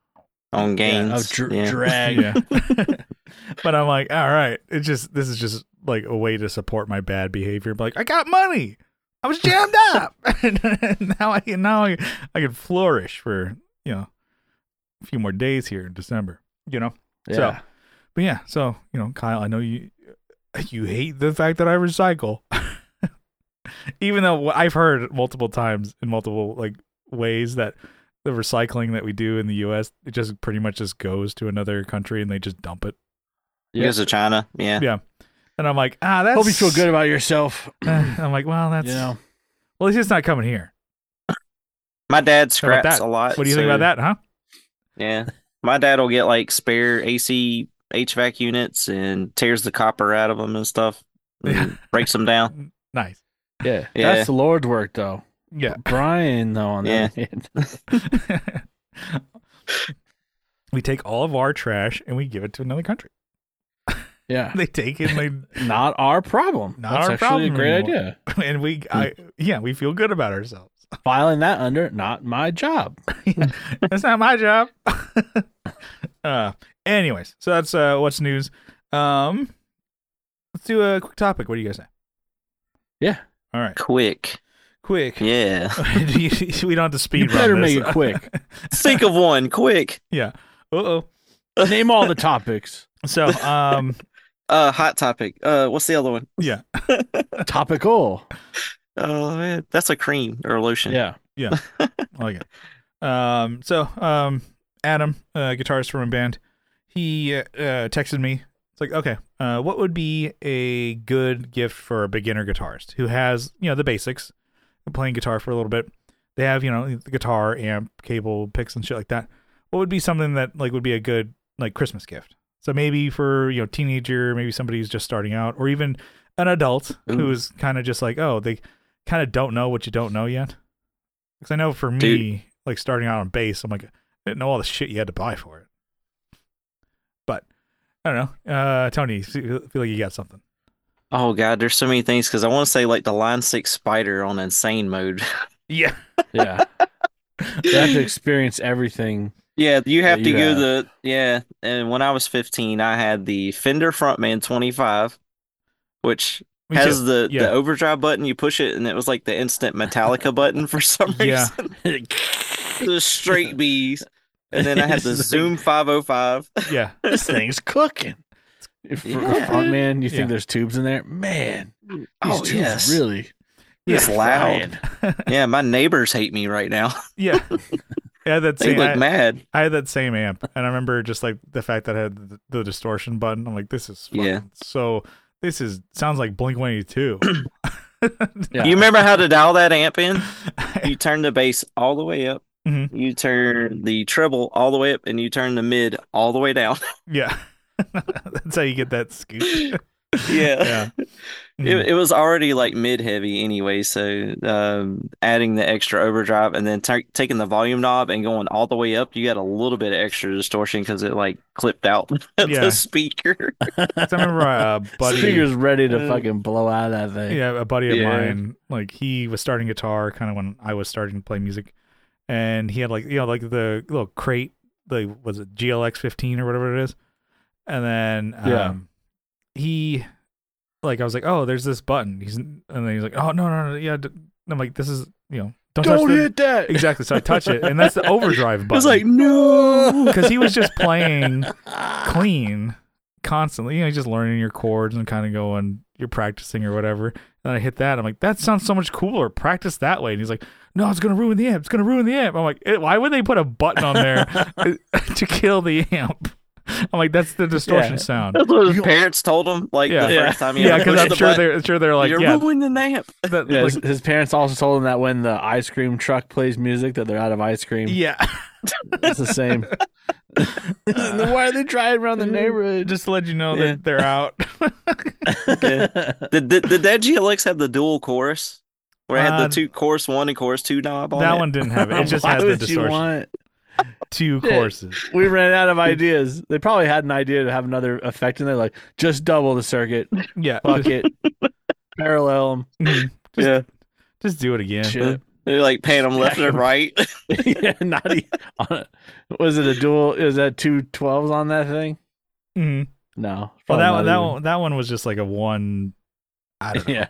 Speaker 2: yeah,
Speaker 3: on
Speaker 1: oh,
Speaker 3: gains.
Speaker 2: of dr-
Speaker 3: Yeah.
Speaker 2: drag.
Speaker 1: yeah. but I'm like, all right, it's just this is just like a way to support my bad behavior. But like, I got money. I was jammed up, and now I can now I, I can flourish for you know a few more days here in December. You know.
Speaker 2: Yeah.
Speaker 1: But yeah, so you know, Kyle, I know you you hate the fact that I recycle, even though I've heard multiple times in multiple like ways that the recycling that we do in the U.S. it just pretty much just goes to another country and they just dump it,
Speaker 3: It goes to China. Yeah.
Speaker 1: Yeah. and I'm like, ah, that's
Speaker 2: Hope you feel good about yourself.
Speaker 1: I'm like, well, that's
Speaker 2: you know.
Speaker 1: well, at least it's not coming here.
Speaker 3: My dad
Speaker 1: How about
Speaker 3: scraps
Speaker 1: that?
Speaker 3: a lot.
Speaker 1: What do you think
Speaker 3: so-
Speaker 1: about that, huh?
Speaker 3: Yeah. My dad will get like spare AC HVAC units and tears the copper out of them and stuff and
Speaker 1: Yeah.
Speaker 3: breaks them down.
Speaker 1: Nice.
Speaker 2: Yeah.
Speaker 3: Yeah.
Speaker 2: That's the Lord's work though.
Speaker 1: Yeah.
Speaker 2: Brian though on that hand.
Speaker 1: we take all of our trash and we give it to another country.
Speaker 2: Yeah.
Speaker 1: They take it and
Speaker 2: Not our problem.
Speaker 1: Not
Speaker 2: That's
Speaker 1: our
Speaker 2: actually
Speaker 1: problem
Speaker 2: a great
Speaker 1: anymore.
Speaker 2: idea.
Speaker 1: they and we
Speaker 2: Hmm.
Speaker 1: I yeah, we feel good about ourselves.
Speaker 2: Filing that under not my job.
Speaker 1: that's not my job. uh, anyways, so that's uh, what's news. Um, let's do a quick topic. What do you guys say?
Speaker 2: Yeah.
Speaker 1: All right,
Speaker 3: Quick.
Speaker 1: quick.
Speaker 3: Yeah.
Speaker 1: we don't have to speed.
Speaker 2: You better
Speaker 1: run this.
Speaker 2: make it quick.
Speaker 3: Think of one quick.
Speaker 1: Uh oh.
Speaker 2: Name all the topics.
Speaker 1: So um,
Speaker 3: Uh hot topic. Uh what's the other one?
Speaker 1: yeah,
Speaker 2: Topical.
Speaker 3: Oh man, that's a cream or a lotion.
Speaker 2: Yeah.
Speaker 1: I like it. oh, Um, so um, Adam, uh, guitarist from a band, he uh, uh, texted me. It's like, okay, uh, what would be a good gift for a beginner guitarist who has you know the basics, been playing guitar for a little bit? They have you know the guitar, amp, cable, picks, and shit like that. What would be something that like would be a good like Christmas gift? So maybe for you know teenager, maybe somebody who's just starting out, or even an adult who
Speaker 3: Ooh.
Speaker 1: is kind of just like, oh, they kind of don't know what you don't know yet. Because I know for me,
Speaker 3: Dude.
Speaker 1: like starting out on bass, I'm like, I didn't know all the shit you had to buy for it. But I don't know, uh, Tony, f- feel like you got something.
Speaker 3: Oh god, there's so many things because I want to say like the line six spider on insane mode.
Speaker 1: Yeah,
Speaker 2: Yeah. You have to experience everything.
Speaker 3: Yeah, you have to
Speaker 2: you
Speaker 3: go
Speaker 2: have.
Speaker 3: the yeah. And when I was 15, I had the Fender Frontman 25, which
Speaker 1: me
Speaker 3: has
Speaker 1: too.
Speaker 3: the
Speaker 1: Yeah.
Speaker 3: the overdrive button. You push it, and it was like the instant Metallica button for some
Speaker 1: Yeah.
Speaker 3: reason. the straight B's, and then I had the Zoom 505.
Speaker 1: yeah,
Speaker 2: This thing's cooking. If
Speaker 3: Yeah.
Speaker 2: oh, man, you think
Speaker 1: Yeah.
Speaker 2: there's tubes in there? Man, these
Speaker 3: Oh
Speaker 2: tubes
Speaker 3: yes,
Speaker 2: really
Speaker 3: it's loud.
Speaker 2: frying.
Speaker 3: Yeah, my neighbors hate me right now.
Speaker 1: yeah. I had that
Speaker 3: They
Speaker 1: same.
Speaker 3: look
Speaker 1: I,
Speaker 3: mad.
Speaker 1: I had that same amp, and I remember just like the fact that I had the, the distortion button. I'm like, this is fucking
Speaker 3: Yeah.
Speaker 1: So this is sounds like Blink 182.
Speaker 2: Yeah.
Speaker 3: You remember how to dial that amp in? You turn the bass all the way up.
Speaker 1: Mhm.
Speaker 3: You turn the treble all the way up, and you turn the mid all the way down.
Speaker 1: yeah, that's how you get that scoop.
Speaker 3: yeah.
Speaker 1: yeah. Mhm.
Speaker 3: It, it was already like mid heavy anyway, so um, adding the extra overdrive and then ta- taking the volume knob and going all the way up, you got a little bit of extra distortion because it like clipped out at
Speaker 1: Yeah.
Speaker 3: the speaker.
Speaker 1: 'Cause I remember a buddy.
Speaker 2: Speaker's ready to
Speaker 3: Uh,
Speaker 2: fucking blow out of that thing.
Speaker 1: Yeah, a buddy of
Speaker 3: Yeah.
Speaker 1: mine, like he was starting guitar kind of when I was starting to play music, and he had like you know like the little crate, like was it GLX fifteen or whatever it is, and then um,
Speaker 2: Yeah.
Speaker 1: he like I was like, oh, there's this button. He's and then he's like, oh no no no yeah. d-" And I'm like, this is you know don't, touch
Speaker 2: Don't
Speaker 1: the-"
Speaker 2: hit that.
Speaker 1: exactly. So I touch it, and that's the overdrive
Speaker 3: I was like,
Speaker 1: button
Speaker 3: no.
Speaker 1: because he was just playing clean constantly. You know, just learning your chords and kind of going, you're practicing or whatever. And then I hit that. I'm like, that sounds so much cooler. Practice that way. And he's like, no, it's going to ruin the amp. It's going to ruin the amp. I'm like, "Eh, why would they put a button on there to kill the amp? I'm like, that's the distortion
Speaker 2: Yeah.
Speaker 1: sound.
Speaker 3: That's what his
Speaker 2: You-
Speaker 3: parents told him like
Speaker 1: Yeah.
Speaker 3: the
Speaker 2: Yeah.
Speaker 3: first time he
Speaker 1: Yeah,
Speaker 3: ever
Speaker 1: because
Speaker 3: pushed
Speaker 1: I'm
Speaker 3: the
Speaker 1: sure
Speaker 3: button.
Speaker 1: they're sure they're like,
Speaker 3: You're
Speaker 1: yeah,
Speaker 3: ruining the amp.
Speaker 1: that-
Speaker 2: Yeah,
Speaker 1: like-
Speaker 2: his, his parents also told him that when the ice cream truck plays music, that they're out of ice cream.
Speaker 1: yeah.
Speaker 2: It's the same. Why are they driving around the neighborhood?
Speaker 1: Just to let you know
Speaker 3: Yeah.
Speaker 1: that they're out.
Speaker 3: Did, did, did that GLX have the dual chorus? Where I had
Speaker 1: Uh,
Speaker 3: the two course one and course two knob on
Speaker 1: that
Speaker 3: it.
Speaker 1: one didn't have it.
Speaker 2: Um,
Speaker 1: It just had the distortion.
Speaker 2: want?
Speaker 1: Two
Speaker 2: Yeah.
Speaker 1: courses.
Speaker 2: We ran out of ideas. They probably had an idea to have another effect in there, like just double the circuit,
Speaker 1: Yeah.
Speaker 2: fuck it, parallel 'em.
Speaker 1: Mhm. Just,
Speaker 3: Yeah,
Speaker 1: just do it again.
Speaker 2: shit.
Speaker 3: they're like paying them left and right.
Speaker 2: yeah, not e- on a- was it a dual? Is that two 12s on that thing?
Speaker 1: Mhm.
Speaker 2: No,
Speaker 1: Well,
Speaker 2: probably
Speaker 1: that one, that
Speaker 2: not
Speaker 1: one, that one was just like a one. I
Speaker 2: even.
Speaker 1: don't know.
Speaker 2: Yeah,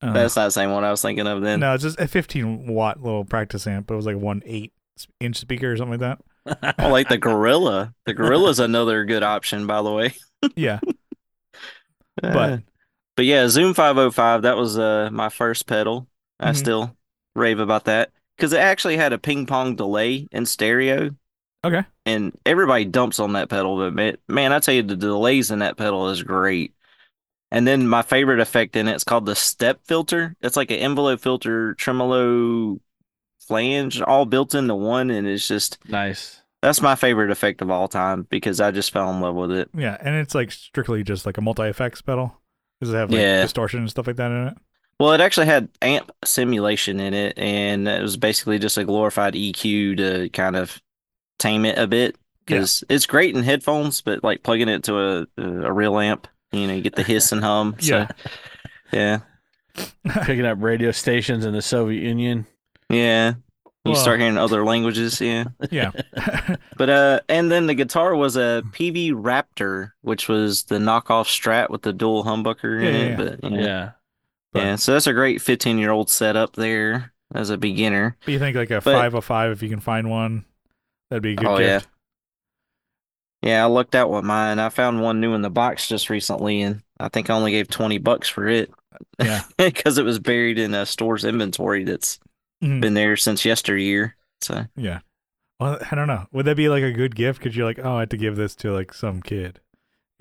Speaker 1: I don't know.
Speaker 3: That's not the same one I was thinking of then.
Speaker 1: No, it's just a 15 watt little practice amp, but it was like one eight inch speaker or something like
Speaker 3: I Oh, like the gorilla. The gorilla's another good option, by the way.
Speaker 1: that. Yeah,
Speaker 3: Uh,
Speaker 1: but
Speaker 3: but yeah, Zoom 505. That was uh, my first pedal. I
Speaker 1: Mhm.
Speaker 3: still rave about that because it actually had a ping pong delay in stereo.
Speaker 1: Okay.
Speaker 3: And everybody dumps on that pedal, but man, man, I tell you, the delays in that pedal is great. And then my favorite effect in it is called the step filter. It's like an envelope filter, tremolo, flange, all built into one, and it's just
Speaker 2: nice.
Speaker 3: That's my favorite effect of all time because I just fell in love with it.
Speaker 1: yeah, and it's like strictly just like a multi effects pedal. Does it have like
Speaker 3: Yeah.
Speaker 1: distortion and stuff like that in it?
Speaker 3: Well, it actually had amp simulation in it, and it was basically just a glorified EQ to kind of tame it a bit
Speaker 1: Yeah.
Speaker 3: because it's great in headphones, but like plugging it to a a real amp, you know, you get the hiss and hum. So,
Speaker 1: Yeah.
Speaker 3: yeah,
Speaker 2: Picking up radio stations in the Soviet Union.
Speaker 3: yeah. You
Speaker 1: Well-
Speaker 3: start hearing other languages, yeah.
Speaker 1: Yeah,
Speaker 3: But uh, and then the guitar was a PV Raptor, which was the knockoff Strat with the dual humbucker in
Speaker 1: Yeah, yeah,
Speaker 3: it.
Speaker 1: yeah.
Speaker 3: But yeah.
Speaker 2: Yeah,
Speaker 1: But-
Speaker 3: Yeah, so that's a great 15 year old setup there as a beginner.
Speaker 1: but you think like a
Speaker 3: But-
Speaker 1: five hundred five if you can find one, that'd be a good
Speaker 3: Oh, yeah.
Speaker 1: gift.
Speaker 3: Yeah, I looked out with mine. I found one new in the box just recently, and I think I only gave 20 bucks for it
Speaker 1: Yeah.
Speaker 3: because it was buried in a store's inventory that's
Speaker 1: Mhm.
Speaker 3: been there since yesteryear. So,
Speaker 1: Yeah. Well, I don't know. Would that be like a good gift? Because you're like, oh, I had to give this to like some kid.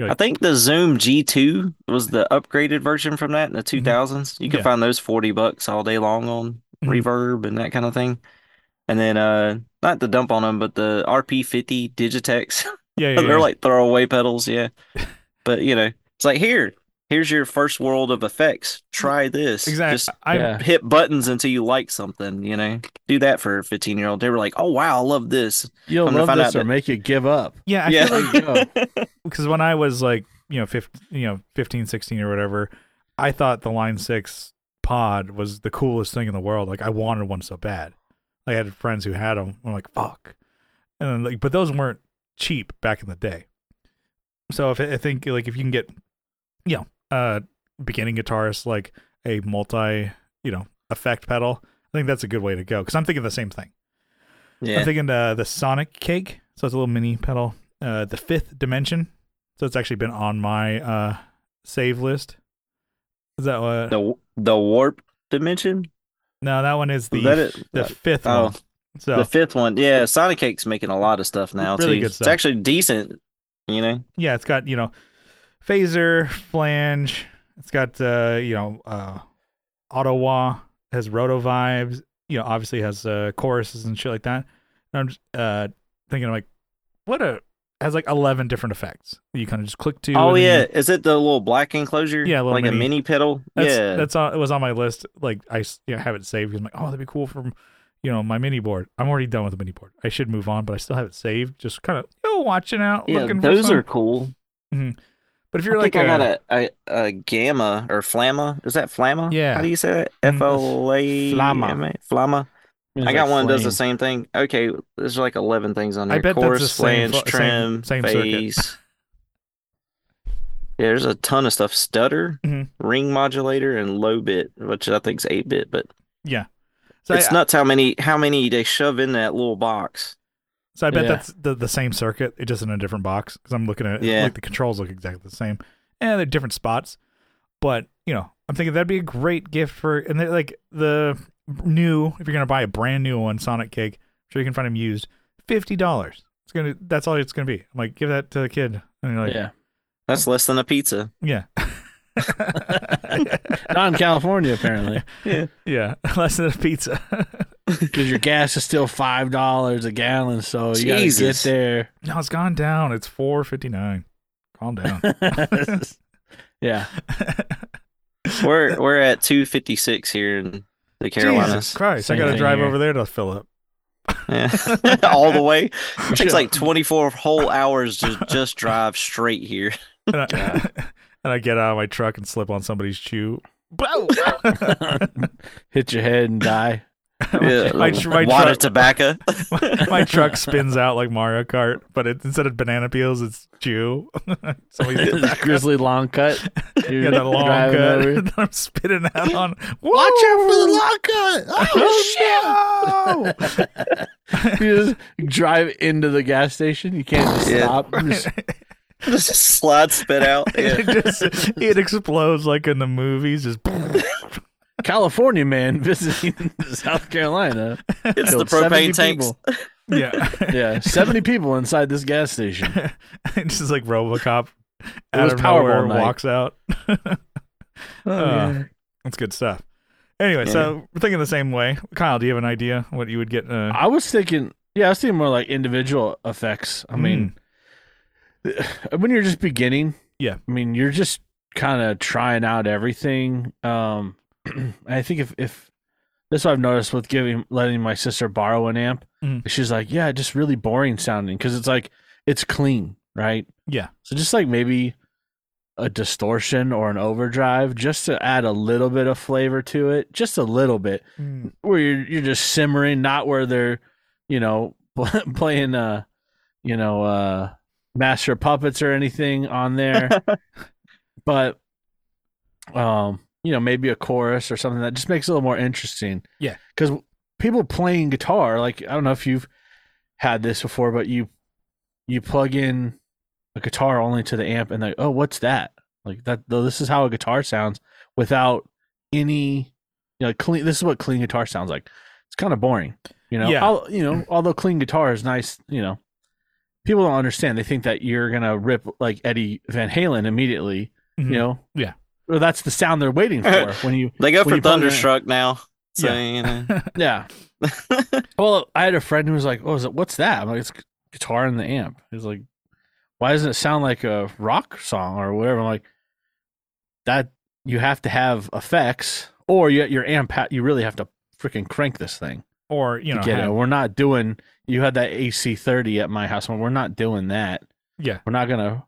Speaker 3: I think the Zoom G2 was the upgraded version from that in the 2000s. You
Speaker 1: Mm-hmm.
Speaker 3: can
Speaker 1: Yeah.
Speaker 3: find those 40 bucks all day long on
Speaker 1: Mhm.
Speaker 3: reverb and that kind of thing. And then, uh, not to dump on them, but the RP50 Digitex.
Speaker 1: Yeah, yeah. yeah.
Speaker 3: They're like throwaway pedals, yeah. But you know, it's like here, here's your first world of effects. Try this.
Speaker 1: exactly.
Speaker 3: Just
Speaker 1: I
Speaker 2: yeah.
Speaker 3: hit buttons until you like something. You know, do that for a 15 year old. They were like, oh wow, I love this.
Speaker 2: You'll
Speaker 3: I'm gonna
Speaker 2: love
Speaker 3: find
Speaker 2: this
Speaker 3: out
Speaker 2: or
Speaker 3: that-
Speaker 2: make you give up.
Speaker 1: yeah. I
Speaker 3: yeah,
Speaker 1: feel like
Speaker 2: like-
Speaker 1: because when I was like, you know, 15, you know, 15, 16 or whatever, I thought the Line 6 pod was the coolest thing in the world. Like I wanted one so bad. I had friends who had them. I'm like, fuck. And then, like, but those weren't cheap back in the day. So if I think like if you can get, you know, uh, beginning guitarist like a multi, you know, effect pedal, I think that's a good way to go. Because I'm thinking the same thing. I'm
Speaker 3: yeah,
Speaker 1: thinking uh, the Sonic Cake. So it's a little mini pedal. Uh, the Fifth Dimension. So it's actually been on my uh, save list. Is that what? No,
Speaker 3: the the warp dimension.
Speaker 1: that one is the
Speaker 3: that it?
Speaker 1: the fifth
Speaker 3: oh,
Speaker 1: one. So
Speaker 3: the fifth one. Yeah, Sonic Cake's making a lot of stuff now
Speaker 1: Really
Speaker 3: too.
Speaker 1: good
Speaker 3: It's
Speaker 1: stuff.
Speaker 3: actually decent. You know,
Speaker 1: yeah, it's got you know phaser, flange. It's got uh, you know uh, Ottawa has roto vibes. You know, obviously has uh, choruses and shit like that. And I'm just uh, thinking like, what a has like eleven different effects. You kind of just click to.
Speaker 3: oh
Speaker 1: and then you-
Speaker 3: yeah, is it the little black enclosure?
Speaker 1: Yeah, a little
Speaker 3: like a
Speaker 1: mini-
Speaker 3: mini pedal.
Speaker 1: That's,
Speaker 3: yeah,
Speaker 1: that's on. It was on my list. Like I s- you know, have it saved because I'm like, oh, that'd be cool from, you know, my mini board. I'm already done with the mini board. I should move on, but I still have it saved. Just kind of you know, watching out,
Speaker 3: yeah.
Speaker 1: looking for
Speaker 3: Those
Speaker 1: some-
Speaker 3: are cool.
Speaker 1: But if you're
Speaker 3: I
Speaker 1: like,
Speaker 3: think I
Speaker 1: a-
Speaker 3: got a, a, a gamma or flamma. Is that flamma?
Speaker 1: Yeah.
Speaker 3: How do you say that?
Speaker 1: Mm,
Speaker 3: F L A
Speaker 2: Flamma.
Speaker 3: M A? Flamma. I got one that does the same thing. Okay, there's like eleven things on
Speaker 1: I
Speaker 3: there.
Speaker 1: bet that's
Speaker 3: Chorus,
Speaker 1: the same
Speaker 3: flange,
Speaker 1: fl- same-
Speaker 3: trim,
Speaker 1: same circuit.
Speaker 3: phase. yeah, there's a ton of stuff. Stutter,
Speaker 1: Mhm.
Speaker 3: ring modulator, and low bit, which I think's eight bit, but
Speaker 1: yeah. So
Speaker 3: it's
Speaker 1: I,
Speaker 3: nuts how many how many they shove in that little box.
Speaker 1: so I bet
Speaker 2: Yeah.
Speaker 1: that's the, the same circuit. It just in a different box because I'm looking at it.
Speaker 3: Yeah.
Speaker 1: Like the controls look exactly the same, and they're different spots. But you know, I'm thinking that'd be a great gift for and they're like the new. If you're gonna buy a brand new one, Sonic Cake, I'm sure you can find them used. Fifty dollars. It's gonna. That's all it's gonna be. I'm like, give that to the kid, and you're like,
Speaker 2: Yeah,
Speaker 3: That's less than a pizza.
Speaker 1: yeah, yeah,
Speaker 2: not in California apparently.
Speaker 1: less than a pizza.
Speaker 2: because your gas is still five dollars a gallon, so you
Speaker 3: Jesus.
Speaker 2: gotta get there.
Speaker 1: no, it's gone down. It's four fifty nine. Calm down.
Speaker 2: yeah,
Speaker 3: We're we're at two fifty six here in the
Speaker 1: Jesus
Speaker 3: Carolinas.
Speaker 1: Christ!
Speaker 2: Same
Speaker 1: I got to
Speaker 2: thing
Speaker 1: drive
Speaker 2: here.
Speaker 1: over there to fill up.
Speaker 3: Yeah. All the way. It
Speaker 1: Yeah.
Speaker 3: takes like 24 whole hours to just drive straight here.
Speaker 1: and I, and I get out of my truck and slip on somebody's shoe. Bow!
Speaker 2: Hit your head and die.
Speaker 3: Yeah,
Speaker 1: My
Speaker 3: a
Speaker 1: tr- my
Speaker 3: wad of
Speaker 1: truck-
Speaker 3: tobacco.
Speaker 1: my truck spins out like Mario Kart, but it, instead of banana peels, it's chew. Somebody's
Speaker 2: This grizzly long cut. Dude,
Speaker 1: got that long
Speaker 2: driving
Speaker 1: cut.
Speaker 2: over.
Speaker 1: and I'm spitting out on.
Speaker 2: Watch out for the
Speaker 1: Whoa!
Speaker 2: long cut.
Speaker 1: Oh, shit!
Speaker 2: you just drive into the gas station. You can't just
Speaker 3: Yeah.
Speaker 2: stop. You just-
Speaker 3: Just slide spit out. Yeah.
Speaker 1: it just it explodes like in the movies. Just
Speaker 2: California man visiting South Carolina.
Speaker 3: It's the
Speaker 2: killed 70
Speaker 3: propane tanks.
Speaker 2: people.
Speaker 1: yeah,
Speaker 2: Yeah, seventy people inside this gas station.
Speaker 1: it's just like RoboCop out
Speaker 2: was
Speaker 1: of
Speaker 2: Powerball
Speaker 1: nowhere
Speaker 2: night.
Speaker 1: walks out. Uh, That's good stuff. Anyway, so we're thinking the same way. Kyle, do you have an idea what you would get? Uh,
Speaker 2: I was thinking, yeah, I was thinking more like individual effects.
Speaker 1: Hmm.
Speaker 2: I mean, when you're just beginning,
Speaker 1: Yeah.
Speaker 2: I mean, you're just kind of trying out everything. Um, I think if if that's what I've noticed with giving letting my sister borrow an amp,
Speaker 1: Mhm.
Speaker 2: she's like, yeah, just really boring sounding because it's like it's clean, right?
Speaker 1: Yeah.
Speaker 2: So just like maybe a distortion or an overdrive just to add a little bit of flavor to it, just a little bit
Speaker 1: mm,
Speaker 2: where you're you're just simmering, not where they're, you know, playing uh, you know, uh, master puppets or anything on there. but um, you know, maybe a chorus or something that just makes it a little more interesting.
Speaker 1: Yeah.
Speaker 2: Cuz people playing guitar, like I don't know if you've had this before, but you you plug in a guitar only to the amp and like, "Oh, what's that?" Like that though this is how a guitar sounds without any you know, clean. This is what clean guitar sounds like. It's kind of boring, you know.
Speaker 1: Yeah.
Speaker 2: I'll- you know, although clean guitar is nice, you know, people don't understand. They think that you're gonna rip like Eddie Van Halen immediately.
Speaker 1: mhm.
Speaker 2: You know,
Speaker 1: Yeah.
Speaker 2: Well, that's the sound they're waiting for when you.
Speaker 3: They go
Speaker 2: Well,
Speaker 3: for
Speaker 2: you put it in-
Speaker 3: Thunderstruck now. So,
Speaker 1: Yeah.
Speaker 3: you know.
Speaker 2: Yeah. well, I had a friend who was like, "Oh, is it, what's that?" I'm like, "It's gu- guitar and the amp." He's like, "Why doesn't it sound like a rock song or whatever?" I'm like, "That you have to have effects, or you, your amp, ha- you really have to freaking crank this thing."
Speaker 1: or you know,
Speaker 2: to get
Speaker 1: have-
Speaker 2: it. We're not doing. You had that AC thirty at my house. We're not doing that.
Speaker 1: Yeah.
Speaker 2: we're not gonna,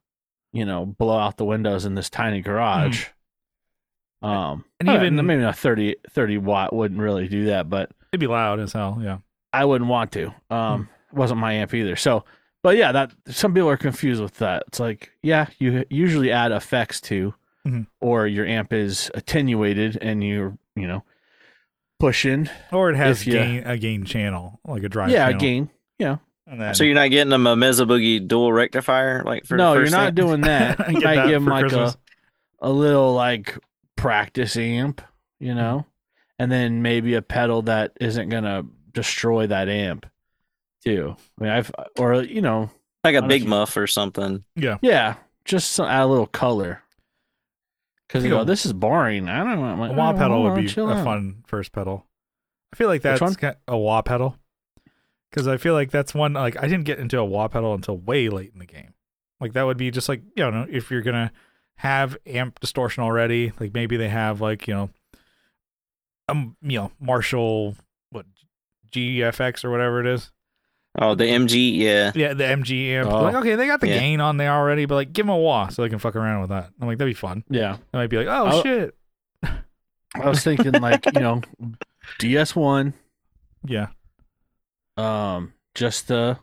Speaker 2: you know, blow out the windows in this tiny garage. Um,
Speaker 1: Hmm. And
Speaker 2: and even
Speaker 1: even-
Speaker 2: maybe not 30, 30 watt wouldn't really do that, but
Speaker 1: it'd be loud as hell. Yeah,
Speaker 2: I wouldn't want to.
Speaker 1: Hmm.
Speaker 2: Um, it wasn't my amp either. So, but yeah, that some people are confused with that. It's like, yeah, you usually add effects to,
Speaker 1: Mhm.
Speaker 2: or your amp is attenuated and you're, you know, pushing.
Speaker 1: or it has
Speaker 2: If you-
Speaker 1: gain, a gain channel, like a drive.
Speaker 2: yeah,
Speaker 1: channel.
Speaker 2: gain.
Speaker 1: And then,
Speaker 3: so you're not getting them a Mesa Boogie dual rectifier? like for
Speaker 2: no,
Speaker 3: the
Speaker 2: you're
Speaker 3: first
Speaker 2: not
Speaker 3: thing?
Speaker 2: doing that.
Speaker 1: I
Speaker 2: You
Speaker 1: get
Speaker 2: might
Speaker 1: that
Speaker 2: give
Speaker 1: for
Speaker 2: him like a,
Speaker 1: Christmas.
Speaker 2: a little like practice amp, you
Speaker 1: Mm-hmm.
Speaker 2: know, and then maybe a pedal that isn't gonna destroy that amp too. I mean, I've or you know,
Speaker 3: Like a
Speaker 2: Not if
Speaker 3: Big
Speaker 2: you-
Speaker 3: Muff or something.
Speaker 2: yeah, just some, add a little color because you
Speaker 1: Feel-
Speaker 2: know this is boring. I don't want my
Speaker 1: a wah pedal would be
Speaker 2: "Oh, chill
Speaker 1: a
Speaker 2: out.
Speaker 1: fun first pedal. I feel like that's
Speaker 2: one?
Speaker 1: ki- a wah pedal because I feel like that's one like I didn't get into a wah pedal until way late in the game. Like that would be just like you know if you're gonna have amp distortion already, like maybe they have like you know, um you know Marshall what GFX or whatever it is.
Speaker 3: Oh, the MG, yeah.
Speaker 1: Yeah, the MG amp.
Speaker 2: Oh.
Speaker 1: Like, okay, they got the
Speaker 3: Yeah.
Speaker 1: gain on there already, but like give them a wah so they can fuck around with that. I'm like that'd be fun.
Speaker 2: Yeah,
Speaker 1: They might be like, oh
Speaker 2: I'll-
Speaker 1: shit,
Speaker 2: I was thinking like you know, DS one,
Speaker 1: yeah,
Speaker 2: um, just the,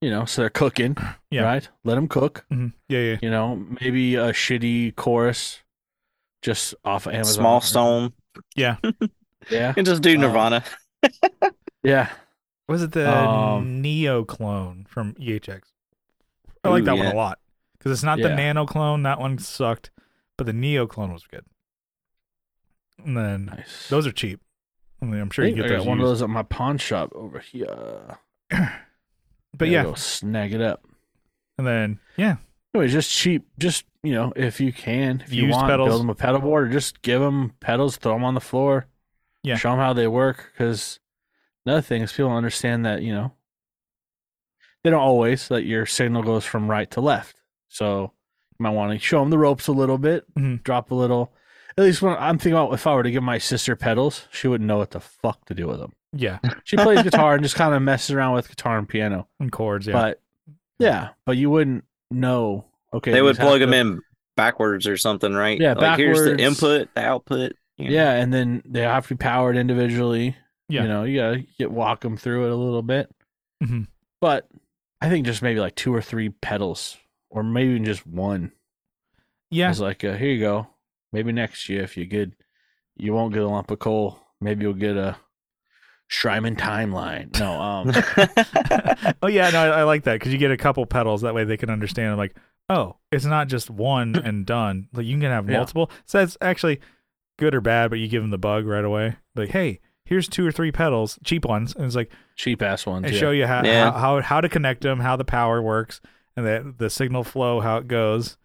Speaker 2: you know, so they're cooking,
Speaker 1: Yeah.
Speaker 2: right? Let them cook.
Speaker 1: Mhm. yeah, yeah.
Speaker 2: you know, maybe a shitty chorus just off of Amazon.
Speaker 3: Small Stone.
Speaker 2: Yeah.
Speaker 3: You can just do
Speaker 2: Um,
Speaker 3: Nirvana.
Speaker 2: Yeah.
Speaker 1: Was it the
Speaker 2: Um,
Speaker 1: Neo clone from EHX? I like
Speaker 3: Ooh,
Speaker 1: that one
Speaker 3: yeah.
Speaker 1: a lot because it's not the
Speaker 2: Yeah.
Speaker 1: Nano clone. That one sucked, but the Neo clone was good. And then
Speaker 2: Nice.
Speaker 1: those are cheap. I mean, I'm sure
Speaker 2: I
Speaker 1: you
Speaker 2: think
Speaker 1: get
Speaker 2: I
Speaker 1: those.
Speaker 2: got one of
Speaker 1: used.
Speaker 2: those at my pawn shop over here.
Speaker 1: But
Speaker 2: Gotta
Speaker 1: yeah,
Speaker 2: go snag it up.
Speaker 1: and then yeah,
Speaker 2: Anyway, just cheap. Just you know, if you can, if you
Speaker 1: Used
Speaker 2: want,
Speaker 1: pedals.
Speaker 2: build them a pedal board, or just give them pedals, throw them on the floor.
Speaker 1: Yeah.
Speaker 2: Show them how they work. Because another thing is, people don't understand that you know they don't always that your signal goes from right to left. So you might want to show them the ropes a little bit,
Speaker 1: Mhm.
Speaker 2: drop a little. at least when I'm thinking about if I were to give my sister pedals, she wouldn't know what the fuck to do with them.
Speaker 1: Yeah,
Speaker 2: She plays guitar and just kind of messes around with guitar and piano.
Speaker 1: and chords. Yeah,
Speaker 2: But yeah, but you wouldn't know. Okay,
Speaker 3: they would
Speaker 2: these have
Speaker 3: plug them
Speaker 2: to-
Speaker 3: in backwards or something, right?
Speaker 2: Yeah,
Speaker 3: like, Here's the
Speaker 2: backwards.
Speaker 3: input, the output. you know.
Speaker 2: Yeah, and then they have to be powered individually.
Speaker 1: Yeah.
Speaker 2: You know, you gotta get walk them through it a little bit.
Speaker 1: Mhm.
Speaker 2: But I think just maybe like two or three pedals, or maybe even just one.
Speaker 1: yeah,
Speaker 2: It's like, uh, here you go. Maybe next year, if you get, you won't get a lump of coal. Maybe you'll get a Shryman timeline. No, um,
Speaker 1: oh yeah, no, I, I like that because you get a couple pedals. That way they can understand. Like, oh, it's not just one and done. Like you can have
Speaker 2: Yeah.
Speaker 1: multiple. So that's actually good or bad, but you give them the bug right away. Like, hey, here's two or three pedals, cheap ones, and it's like
Speaker 2: cheap ass ones.
Speaker 1: and
Speaker 2: yeah.
Speaker 1: show you how,
Speaker 3: Yeah.
Speaker 1: how how how to connect them, how the power works, and the the signal flow, how it goes.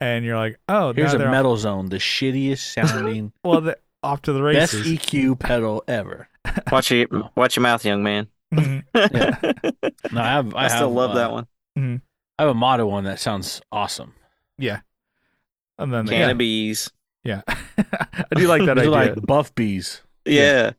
Speaker 1: And you're like, oh,
Speaker 2: Here's
Speaker 1: now
Speaker 2: a
Speaker 1: they're
Speaker 2: metal zone, the shittiest sounding,
Speaker 1: Off, well, they're off to the
Speaker 2: best e-
Speaker 1: races.
Speaker 2: EQ pedal ever.
Speaker 3: watch your watch your mouth, young man.
Speaker 1: Mhm.
Speaker 2: No, I have. I,
Speaker 3: I, still
Speaker 2: have,
Speaker 3: love
Speaker 2: uh,
Speaker 3: that one.
Speaker 2: I have a Mata one that sounds awesome.
Speaker 1: and then yeah,
Speaker 3: Cannabis.
Speaker 1: yeah. I do like that
Speaker 2: These
Speaker 1: idea.
Speaker 2: are like buff bees.
Speaker 3: Yeah.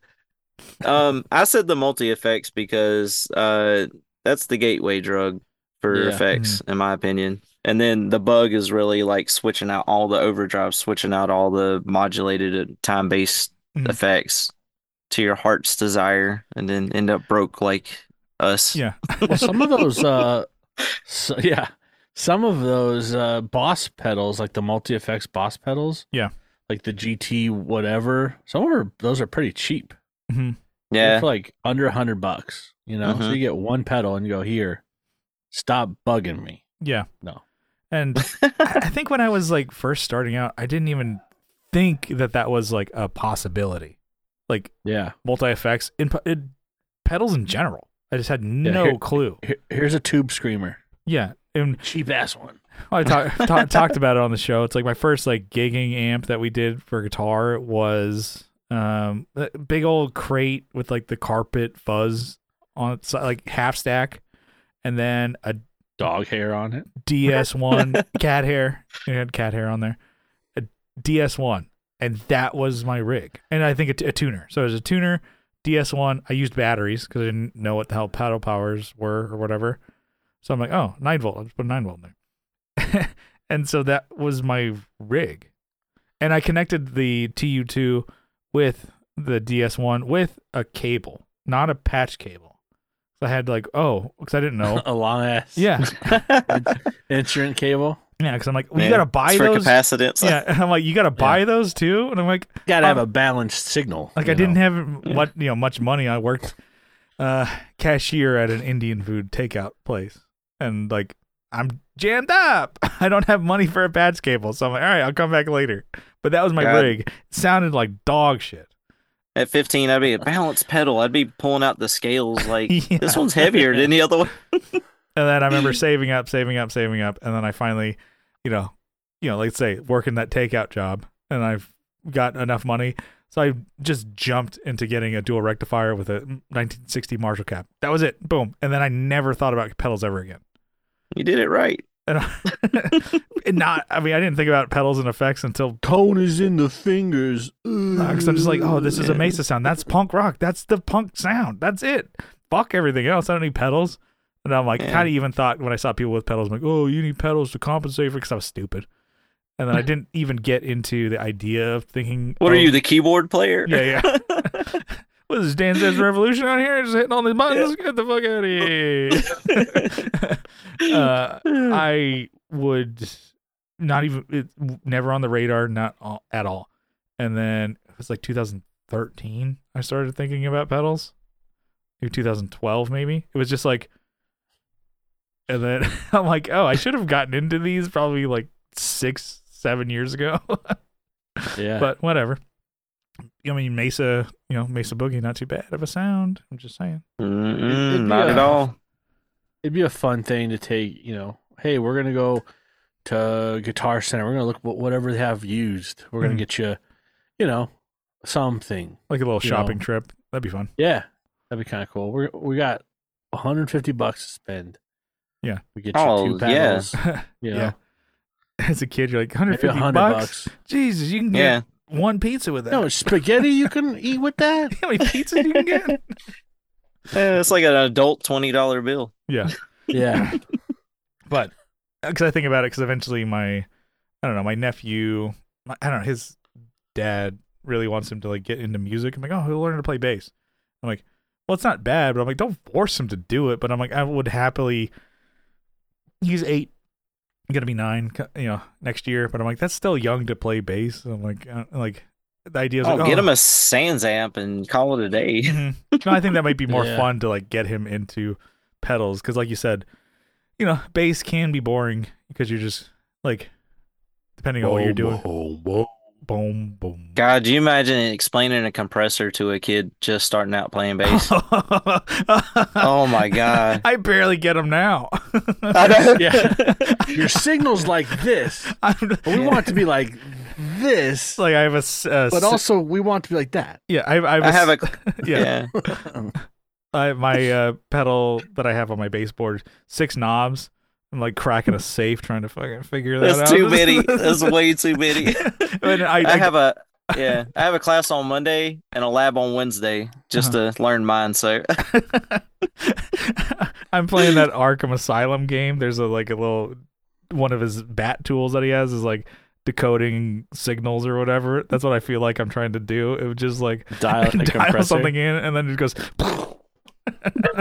Speaker 3: um, I said the multi effects because uh, that's the gateway drug for
Speaker 2: Yeah.
Speaker 3: effects,
Speaker 1: Mm-hmm.
Speaker 3: in my opinion. And then the bug is really like switching out all the overdrive, switching out all the modulated time based
Speaker 1: Mhm.
Speaker 3: effects to your heart's desire, and then end up broke like us.
Speaker 1: yeah,
Speaker 2: Well, some of those, uh, so, yeah, some of those uh, boss pedals, like the multi effects boss pedals,
Speaker 1: Yeah.
Speaker 2: like the GT whatever. Some of them are, those are pretty cheap. They're
Speaker 3: Yeah.
Speaker 2: for like under a hundred bucks. You know, so
Speaker 3: Mhm.
Speaker 2: you get one pedal and you go here. Stop bugging me.
Speaker 1: yeah.
Speaker 2: No.
Speaker 1: And I I think when I was like first starting out, I didn't even think that that was like a possibility. Like
Speaker 2: Yeah.
Speaker 1: multi effects in it, pedals in general. I just had no
Speaker 2: here-
Speaker 1: clue.
Speaker 2: Here, here's a tube screamer,
Speaker 1: Yeah. And
Speaker 2: cheap ass one.
Speaker 1: I talk, talk, talked about it on the show. It's like my first like gigging amp that we did for guitar was um a big old crate with like the carpet fuzz on its side, like half stack and then a
Speaker 2: Dog hair on it.
Speaker 1: DS1 cat hair. It had cat hair on there. A DS1, and that was my rig. And I think a, t- a tuner. So it was a tuner, DS1. I used batteries because I didn't know what the hell paddle powers were or whatever. So I'm like, oh, nine volt. I'll just put a nine volt in there. and so that was my rig. And I connected the TU2 with the DS1 with a cable, not a patch cable. So I had like, oh, because I didn't know.
Speaker 2: a long ass.
Speaker 1: yeah.
Speaker 2: Insurance cable.
Speaker 1: Yeah, because I'm like, well, you
Speaker 3: Yeah,
Speaker 1: gotta buy
Speaker 3: It's for
Speaker 1: those.
Speaker 3: capacitance.
Speaker 1: Yeah, and I'm like, you gotta buy those too. And I'm like,
Speaker 2: Got to have
Speaker 1: Um,
Speaker 2: a balanced signal.
Speaker 1: like
Speaker 2: you
Speaker 1: I didn't
Speaker 2: know.
Speaker 1: have
Speaker 3: Yeah.
Speaker 1: what you know much money. I worked uh, cashier at an Indian food takeout place, and like I'm jammed up. I don't have money for a patch cable, so I'm like, all right, I'll come back later. But that was my
Speaker 3: God.
Speaker 1: rig. sounded like dog shit.
Speaker 3: At 15, I'd be a balanced pedal. I'd be pulling out the scales like
Speaker 1: Yeah.
Speaker 3: this one's heavier than the other one.
Speaker 1: And then I remember saving up, saving up, saving up, and then I finally, you know, you know, let's say working that takeout job, and I've got enough money, so I just jumped into getting a dual rectifier with a 1960 Marshall cap. That was it, boom. And then I never thought about pedals ever again.
Speaker 3: You did it right.
Speaker 1: And, and not, I mean, I didn't think about pedals and effects until
Speaker 2: Tone is in the fingers.
Speaker 1: because I'm just like, oh, this is a
Speaker 3: Mm,
Speaker 1: Mesa sound. That's punk rock. That's the punk sound. That's it. Fuck everything else. I don't need pedals. And I'm like,
Speaker 3: Yeah.
Speaker 1: kind of even thought when I saw people with pedals, I'm like, oh, you need pedals to compensate for because I was stupid. And then I didn't even get into the idea of thinking.
Speaker 3: What
Speaker 1: oh,
Speaker 3: are you, the keyboard player?
Speaker 1: Yeah, yeah. what is this, Dan says Revolution on here? Just hitting all these buttons. Get the fuck out of here. uh,
Speaker 2: Mm.
Speaker 1: I would not even it, never on the radar, not all, at all. And then it was like 2013. I started thinking about pedals. Maybe 2012, maybe it was just like. And then I'm like, oh, I should have gotten into these probably like six, seven years ago.
Speaker 2: Uh. Yeah.
Speaker 1: but whatever. I mean, Mesa, you know, Mesa Boogie, not too bad of a sound. I'm just saying.
Speaker 3: Mm-mm,
Speaker 2: It'd be
Speaker 3: not
Speaker 2: a-
Speaker 3: at all.
Speaker 2: It'd be a fun thing to take, you know, hey, we're going to go to Guitar Center. We're going to look what whatever they have used. We're going to
Speaker 1: Mhm.
Speaker 2: get you, you know, something.
Speaker 1: Like a little
Speaker 2: You
Speaker 1: shopping
Speaker 2: know.
Speaker 1: trip. That'd be fun.
Speaker 2: Yeah. That'd be kind of cool. We're, we got 150 bucks to spend.
Speaker 1: Yeah.
Speaker 2: We get
Speaker 3: Oh,
Speaker 2: you two pedals. You know,
Speaker 1: As a kid, you're like 150
Speaker 2: maybe 100
Speaker 1: bucks?
Speaker 2: bucks.
Speaker 1: Jesus, you can get
Speaker 3: Yeah.
Speaker 1: one pizza with that.
Speaker 2: No, spaghetti you can eat with that?
Speaker 1: how many pizzas you can get?
Speaker 3: Yeah, it's like an adult twenty dollar bill.
Speaker 1: yeah,
Speaker 2: Yeah.
Speaker 1: but because I think about it, because eventually my, I don't know, my nephew, my, I don't know, his dad really wants him to like get into music. I'm like, oh, he'll learn to play bass. I'm like, well, it's not bad, but I'm like, don't force him to do it. But I'm like, I would happily. He's eight, gonna be nine, co- you know, next year. But I'm like, that's still young to play bass. I'm like, uh, like the idea is
Speaker 3: Oh,
Speaker 1: like,
Speaker 3: get
Speaker 1: oh,
Speaker 3: him a Sans amp and call it a day.
Speaker 1: Mhm. no, I think that might be more
Speaker 2: Yeah.
Speaker 1: fun to like get him into pedals because, like you said, you know, bass can be boring because you're just like depending on what
Speaker 2: Oh,
Speaker 1: you're doing. Boom, boom.
Speaker 3: God, you imagine explaining a compressor to a kid just starting out playing bass? oh my god!
Speaker 1: I barely get him now.
Speaker 3: I know.
Speaker 2: Your signal's like this.
Speaker 1: I'm
Speaker 2: But we want it to be like this.
Speaker 1: like I have a, s- uh,
Speaker 2: but
Speaker 1: s-
Speaker 2: also we want it to be like that.
Speaker 1: yeah, I, I, have
Speaker 3: I have a
Speaker 1: s- yeah.
Speaker 3: yeah.
Speaker 1: I, my uh, pedal that I have on my baseboard, six knobs. I'm like cracking a safe trying to fucking figure that
Speaker 3: That's
Speaker 1: out.
Speaker 3: too many. That's way too many.
Speaker 1: And I,
Speaker 3: I
Speaker 1: I-
Speaker 3: have a yeah. I have a class on Monday and a lab on Wednesday just
Speaker 1: Uh-huh.
Speaker 3: to learn mine. So
Speaker 1: I'm playing that Arkham Asylum game. There's a like a little one of his bat tools that he has is like decoding signals or whatever. That's what I feel like I'm trying to do. It would just like
Speaker 2: Dial in the
Speaker 1: dial
Speaker 2: compressor.
Speaker 1: something in and then it goes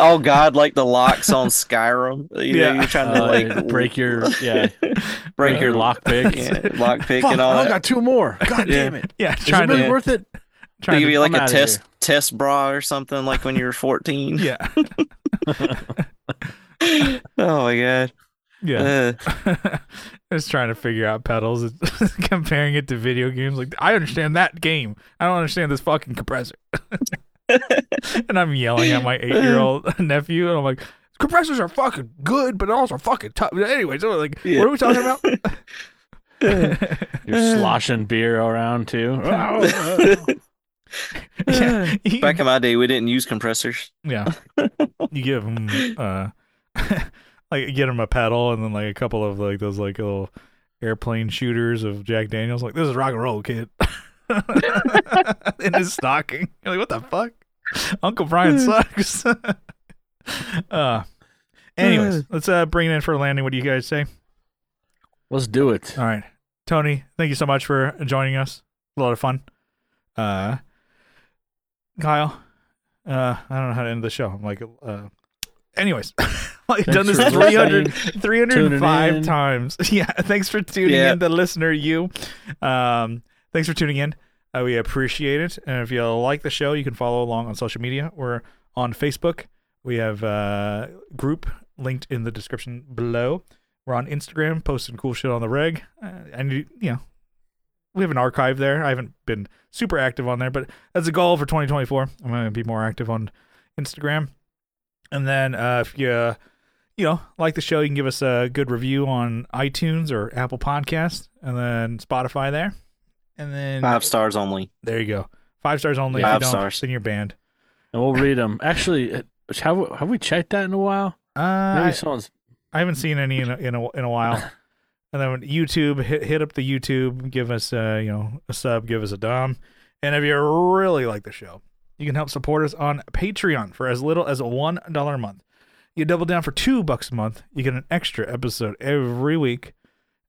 Speaker 3: oh god, like the locks on Skyrim. You
Speaker 1: Yeah.
Speaker 3: know, you're trying to
Speaker 2: Uh,
Speaker 3: like
Speaker 2: break your yeah,
Speaker 3: break your
Speaker 2: lock pick.
Speaker 3: yeah, lock pick
Speaker 2: Fuck,
Speaker 3: and
Speaker 2: I
Speaker 3: all
Speaker 2: only
Speaker 3: that.
Speaker 2: got two more. God
Speaker 3: Yeah.
Speaker 2: damn it.
Speaker 1: yeah,
Speaker 2: Is it
Speaker 1: trying
Speaker 2: really
Speaker 1: to
Speaker 2: worth it?
Speaker 3: They
Speaker 1: trying
Speaker 3: give
Speaker 1: to
Speaker 3: you like
Speaker 2: I'm
Speaker 3: a
Speaker 2: outta
Speaker 3: test
Speaker 2: here.
Speaker 3: test bra or something like when you were 14.
Speaker 1: yeah.
Speaker 3: Oh my god.
Speaker 1: Yeah.
Speaker 3: Uh,
Speaker 1: Just trying to figure out pedals comparing it to video games like I understand that game. I don't understand this fucking compressor. and I'm yelling at my eight year old nephew, and I'm like, compressors are fucking good, but also fucking tough. Anyways, so like,
Speaker 3: Yeah.
Speaker 1: what are we talking about?
Speaker 2: You're sloshing beer around too. Oh,
Speaker 1: yeah, you,
Speaker 3: back in my day, we didn't use compressors.
Speaker 1: yeah. you give him uh, like get him a pedal, and then like a couple of like those like little airplane shooters of Jack Daniels. Like this is rock and roll, kid. In his stocking, you're like, what the fuck? Uncle Brian sucks. uh, anyways, let's uh bring it in for a landing. What do you guys say?
Speaker 2: Let's do it.
Speaker 1: All right. Tony, thank you so much for joining us. A lot of fun. Uh Kyle, uh I don't know how to end the show. I'm like uh anyways, I've done this
Speaker 2: Thanks for
Speaker 1: 300
Speaker 2: listening.
Speaker 1: 305
Speaker 2: Tuning in.
Speaker 1: times. Yeah, thanks for tuning
Speaker 3: Yeah.
Speaker 1: in the listener you. Um thanks for tuning in. Uh, we appreciate it. And if you like the show, you can follow along on social media. We're on Facebook. We have uh group linked in the description below. We're on Instagram, posting cool shit on the reg. Uh, and you you know, we have an archive there. I haven't been super active on there, but that's a goal for 2024. I'm going to be more active on Instagram. And then uh, if you uh, you know like the show, you can give us a good review on iTunes or Apple Podcast, and then Spotify there. And then
Speaker 3: Five stars only.
Speaker 1: there you go. Five stars only. if
Speaker 3: Five
Speaker 1: you don't,
Speaker 3: stars.
Speaker 1: Then you're banned.
Speaker 2: And we'll read them. Actually, uh, have we- have we checked that in a while?
Speaker 1: Uh,
Speaker 2: Maybe
Speaker 1: I,
Speaker 2: someone's.
Speaker 1: I haven't seen any in a, in a, in a while. And then when YouTube, hit, hit up the YouTube, give us uh, you know a sub, give us a dom. And if you really like the show, you can help support us on Patreon for as little as one dollar a month. You double down for two bucks a month. You get an extra episode every week,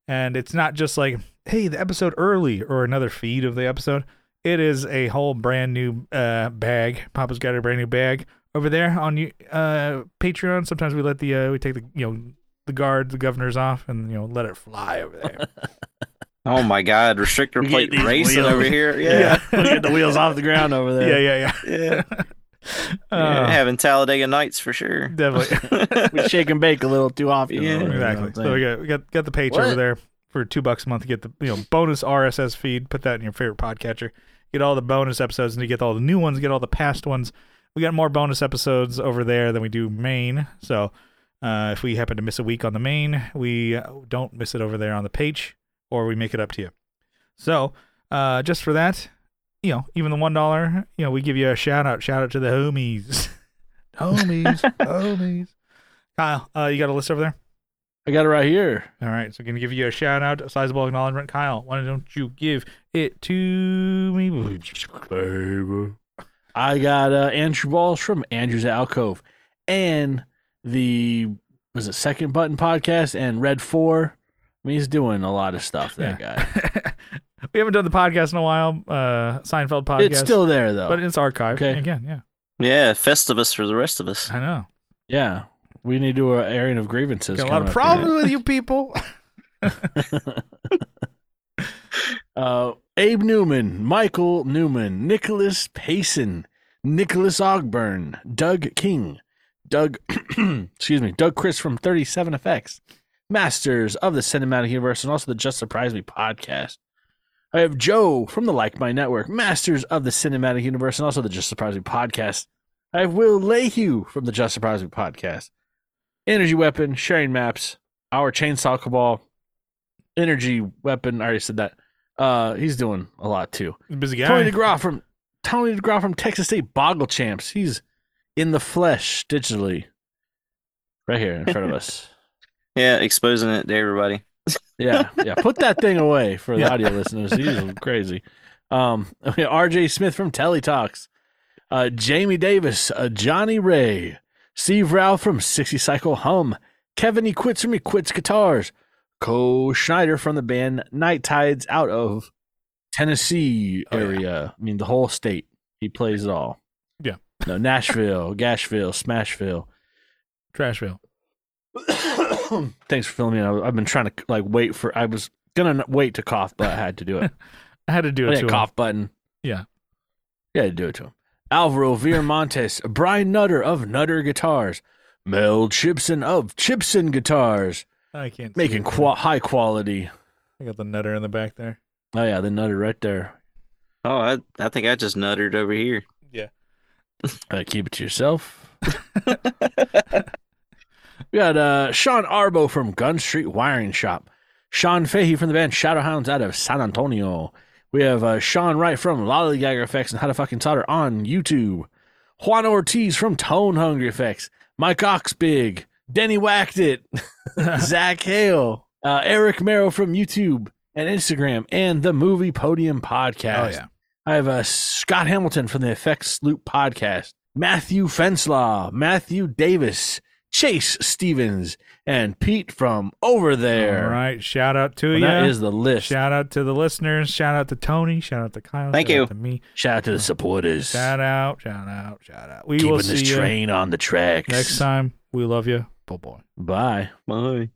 Speaker 1: and it's not just like hey the episode early or another feed of the episode. It is a whole brand new uh, bag. Papa's got a brand new bag over there on you- uh, Patreon. Sometimes we let the uh, we take the you know the guard the governors off and you know let it fly over there.
Speaker 3: Oh my god, restrictor
Speaker 2: We get
Speaker 3: plate
Speaker 2: these
Speaker 3: racing
Speaker 2: wheels.
Speaker 3: over here. Yeah.
Speaker 2: Yeah, Look at the wheels off the ground over there.
Speaker 1: yeah, yeah, yeah.
Speaker 3: Yeah.
Speaker 1: Uh,
Speaker 3: Yeah, having Talladega nights for sure.
Speaker 1: Definitely.
Speaker 2: we shake and bake a little too often. over
Speaker 3: Yeah.
Speaker 2: there, you know what I'm
Speaker 1: exactly. So
Speaker 2: saying?
Speaker 1: we got we got got the page
Speaker 2: What?
Speaker 1: over there for two bucks a month to get the you know bonus RSS feed. Put that in your favorite podcatcher. Get all the bonus episodes and you get all the new ones. Get all the past ones. We got more bonus episodes over there than we do main. So uh, if we happen to miss a week on the main, we uh, don't miss it over there on the page, or we make it up to you. So uh, just for that, you know, even the one dollar, you know, we give you a shout out. Shout out to the homies, homies, homies. Kyle, uh, you got a list over there?
Speaker 2: I got it right here.
Speaker 1: All right, so I'm gonna give you a shout out, a sizable acknowledgement, Kyle. Why don't you give it to me, baby?
Speaker 2: I got uh, Andrew Balls from Andrew's Alcove and the was it Second Button podcast and Red Four. I mean, he's doing a lot of stuff. That guy.
Speaker 1: we haven't done the podcast in a while. Uh, Seinfeld podcast.
Speaker 2: It's still there though.
Speaker 1: but it's archived
Speaker 2: Okay.
Speaker 1: again. Yeah,
Speaker 3: Yeah, Festivus for the rest of us.
Speaker 1: I know.
Speaker 2: yeah, we need to do an airing of grievances.
Speaker 1: Got a lot of
Speaker 2: coming up here.
Speaker 1: problems with you people.
Speaker 2: Uh, Abe Newman, Michael Newman, Nicholas Payson, Nicholas Ogburn, Doug King, Doug, excuse me, Doug Chris from 37 Effects, Masters of the Cinematic Universe, and also the Just Surprise Me podcast. I have Joe from the Like My Network, Masters of the Cinematic Universe, and also the Just Surprise Me podcast. I have Will Lehue from the Just Surprise Me podcast. Energy Weapon, Sharing Maps, Our Chainsaw Cabal, Energy Weapon, I already said that. Uh, he's doing a lot too.
Speaker 1: Busy guy.
Speaker 2: Tony DeGraw from Tony DeGraw from Texas State Boggle Champs. He's in the flesh digitally, right here in front of us.
Speaker 3: Yeah, exposing it to everybody.
Speaker 2: Yeah, yeah. Put that thing away for the
Speaker 1: Yeah.
Speaker 2: audio listeners. He's crazy. Um, R.J. Smith from Teletalks, uh, Jamie Davis, uh, Johnny Ray, Steve Ralph from Sixty Cycle Hum, Kevin E. Quits from E. Quits Guitars, Co Schneider from the band Night Tides out of Tennessee
Speaker 1: Oh, yeah.
Speaker 2: area. I mean, the whole state. He plays it all.
Speaker 1: Yeah.
Speaker 2: No, Nashville, Gashville, Smashville.
Speaker 1: Trashville.
Speaker 2: Thanks for filling me in. I- I've been trying to like wait for. I was gonna n- wait to cough, but I had to do it.
Speaker 1: I had to do
Speaker 2: I
Speaker 1: it
Speaker 2: hit
Speaker 1: to him.
Speaker 2: cough button.
Speaker 1: Yeah.
Speaker 2: yeah, I had to do it to him. Alvaro Viramontes, Brian Nutter of Nutter Guitars, Mel Chipson of Chipson Guitars,
Speaker 1: I can't see
Speaker 2: making
Speaker 1: it.
Speaker 2: qua- high quality.
Speaker 1: I got the nutter in the back there.
Speaker 2: Oh yeah, the Nutter right there.
Speaker 3: Oh, I I think I just nuttered over here.
Speaker 1: Oh,
Speaker 2: Uh, keep it to yourself. we got uh, Sean Arbo from Gun Street Wiring Shop. Sean Fahey from the band Shadowhounds out of San Antonio. We have uh, Sean Wright from Lollygagger Effects and How to Fucking Solder on YouTube. Juan Ortiz from Tone Hungry Effects. Mike Oxbig. Denny Whacked It. Zach Hale. Uh, Eric Merrill from YouTube and Instagram and the Movie Podium Podcast.
Speaker 1: Oh yeah.
Speaker 2: I have uh, Scott Hamilton from the Effects Loop podcast, Matthew Fenslaw, Matthew Davis, Chase Stevens, and Pete from over there.
Speaker 1: All right. Shout out to
Speaker 2: Well,
Speaker 1: you.
Speaker 2: That is the list. Shout,
Speaker 1: Shout out to the listeners. Shout out to Tony. Shout out to Kyle.
Speaker 3: Thank
Speaker 1: shout
Speaker 3: you.
Speaker 1: Out to me.
Speaker 2: out to the supporters.
Speaker 1: Shout out. Shout out. Shout out. We
Speaker 2: Keeping
Speaker 1: will
Speaker 2: this
Speaker 1: see you
Speaker 2: train on the tracks.
Speaker 1: next time. We love you. Bye bye.
Speaker 2: Bye.
Speaker 3: Bye.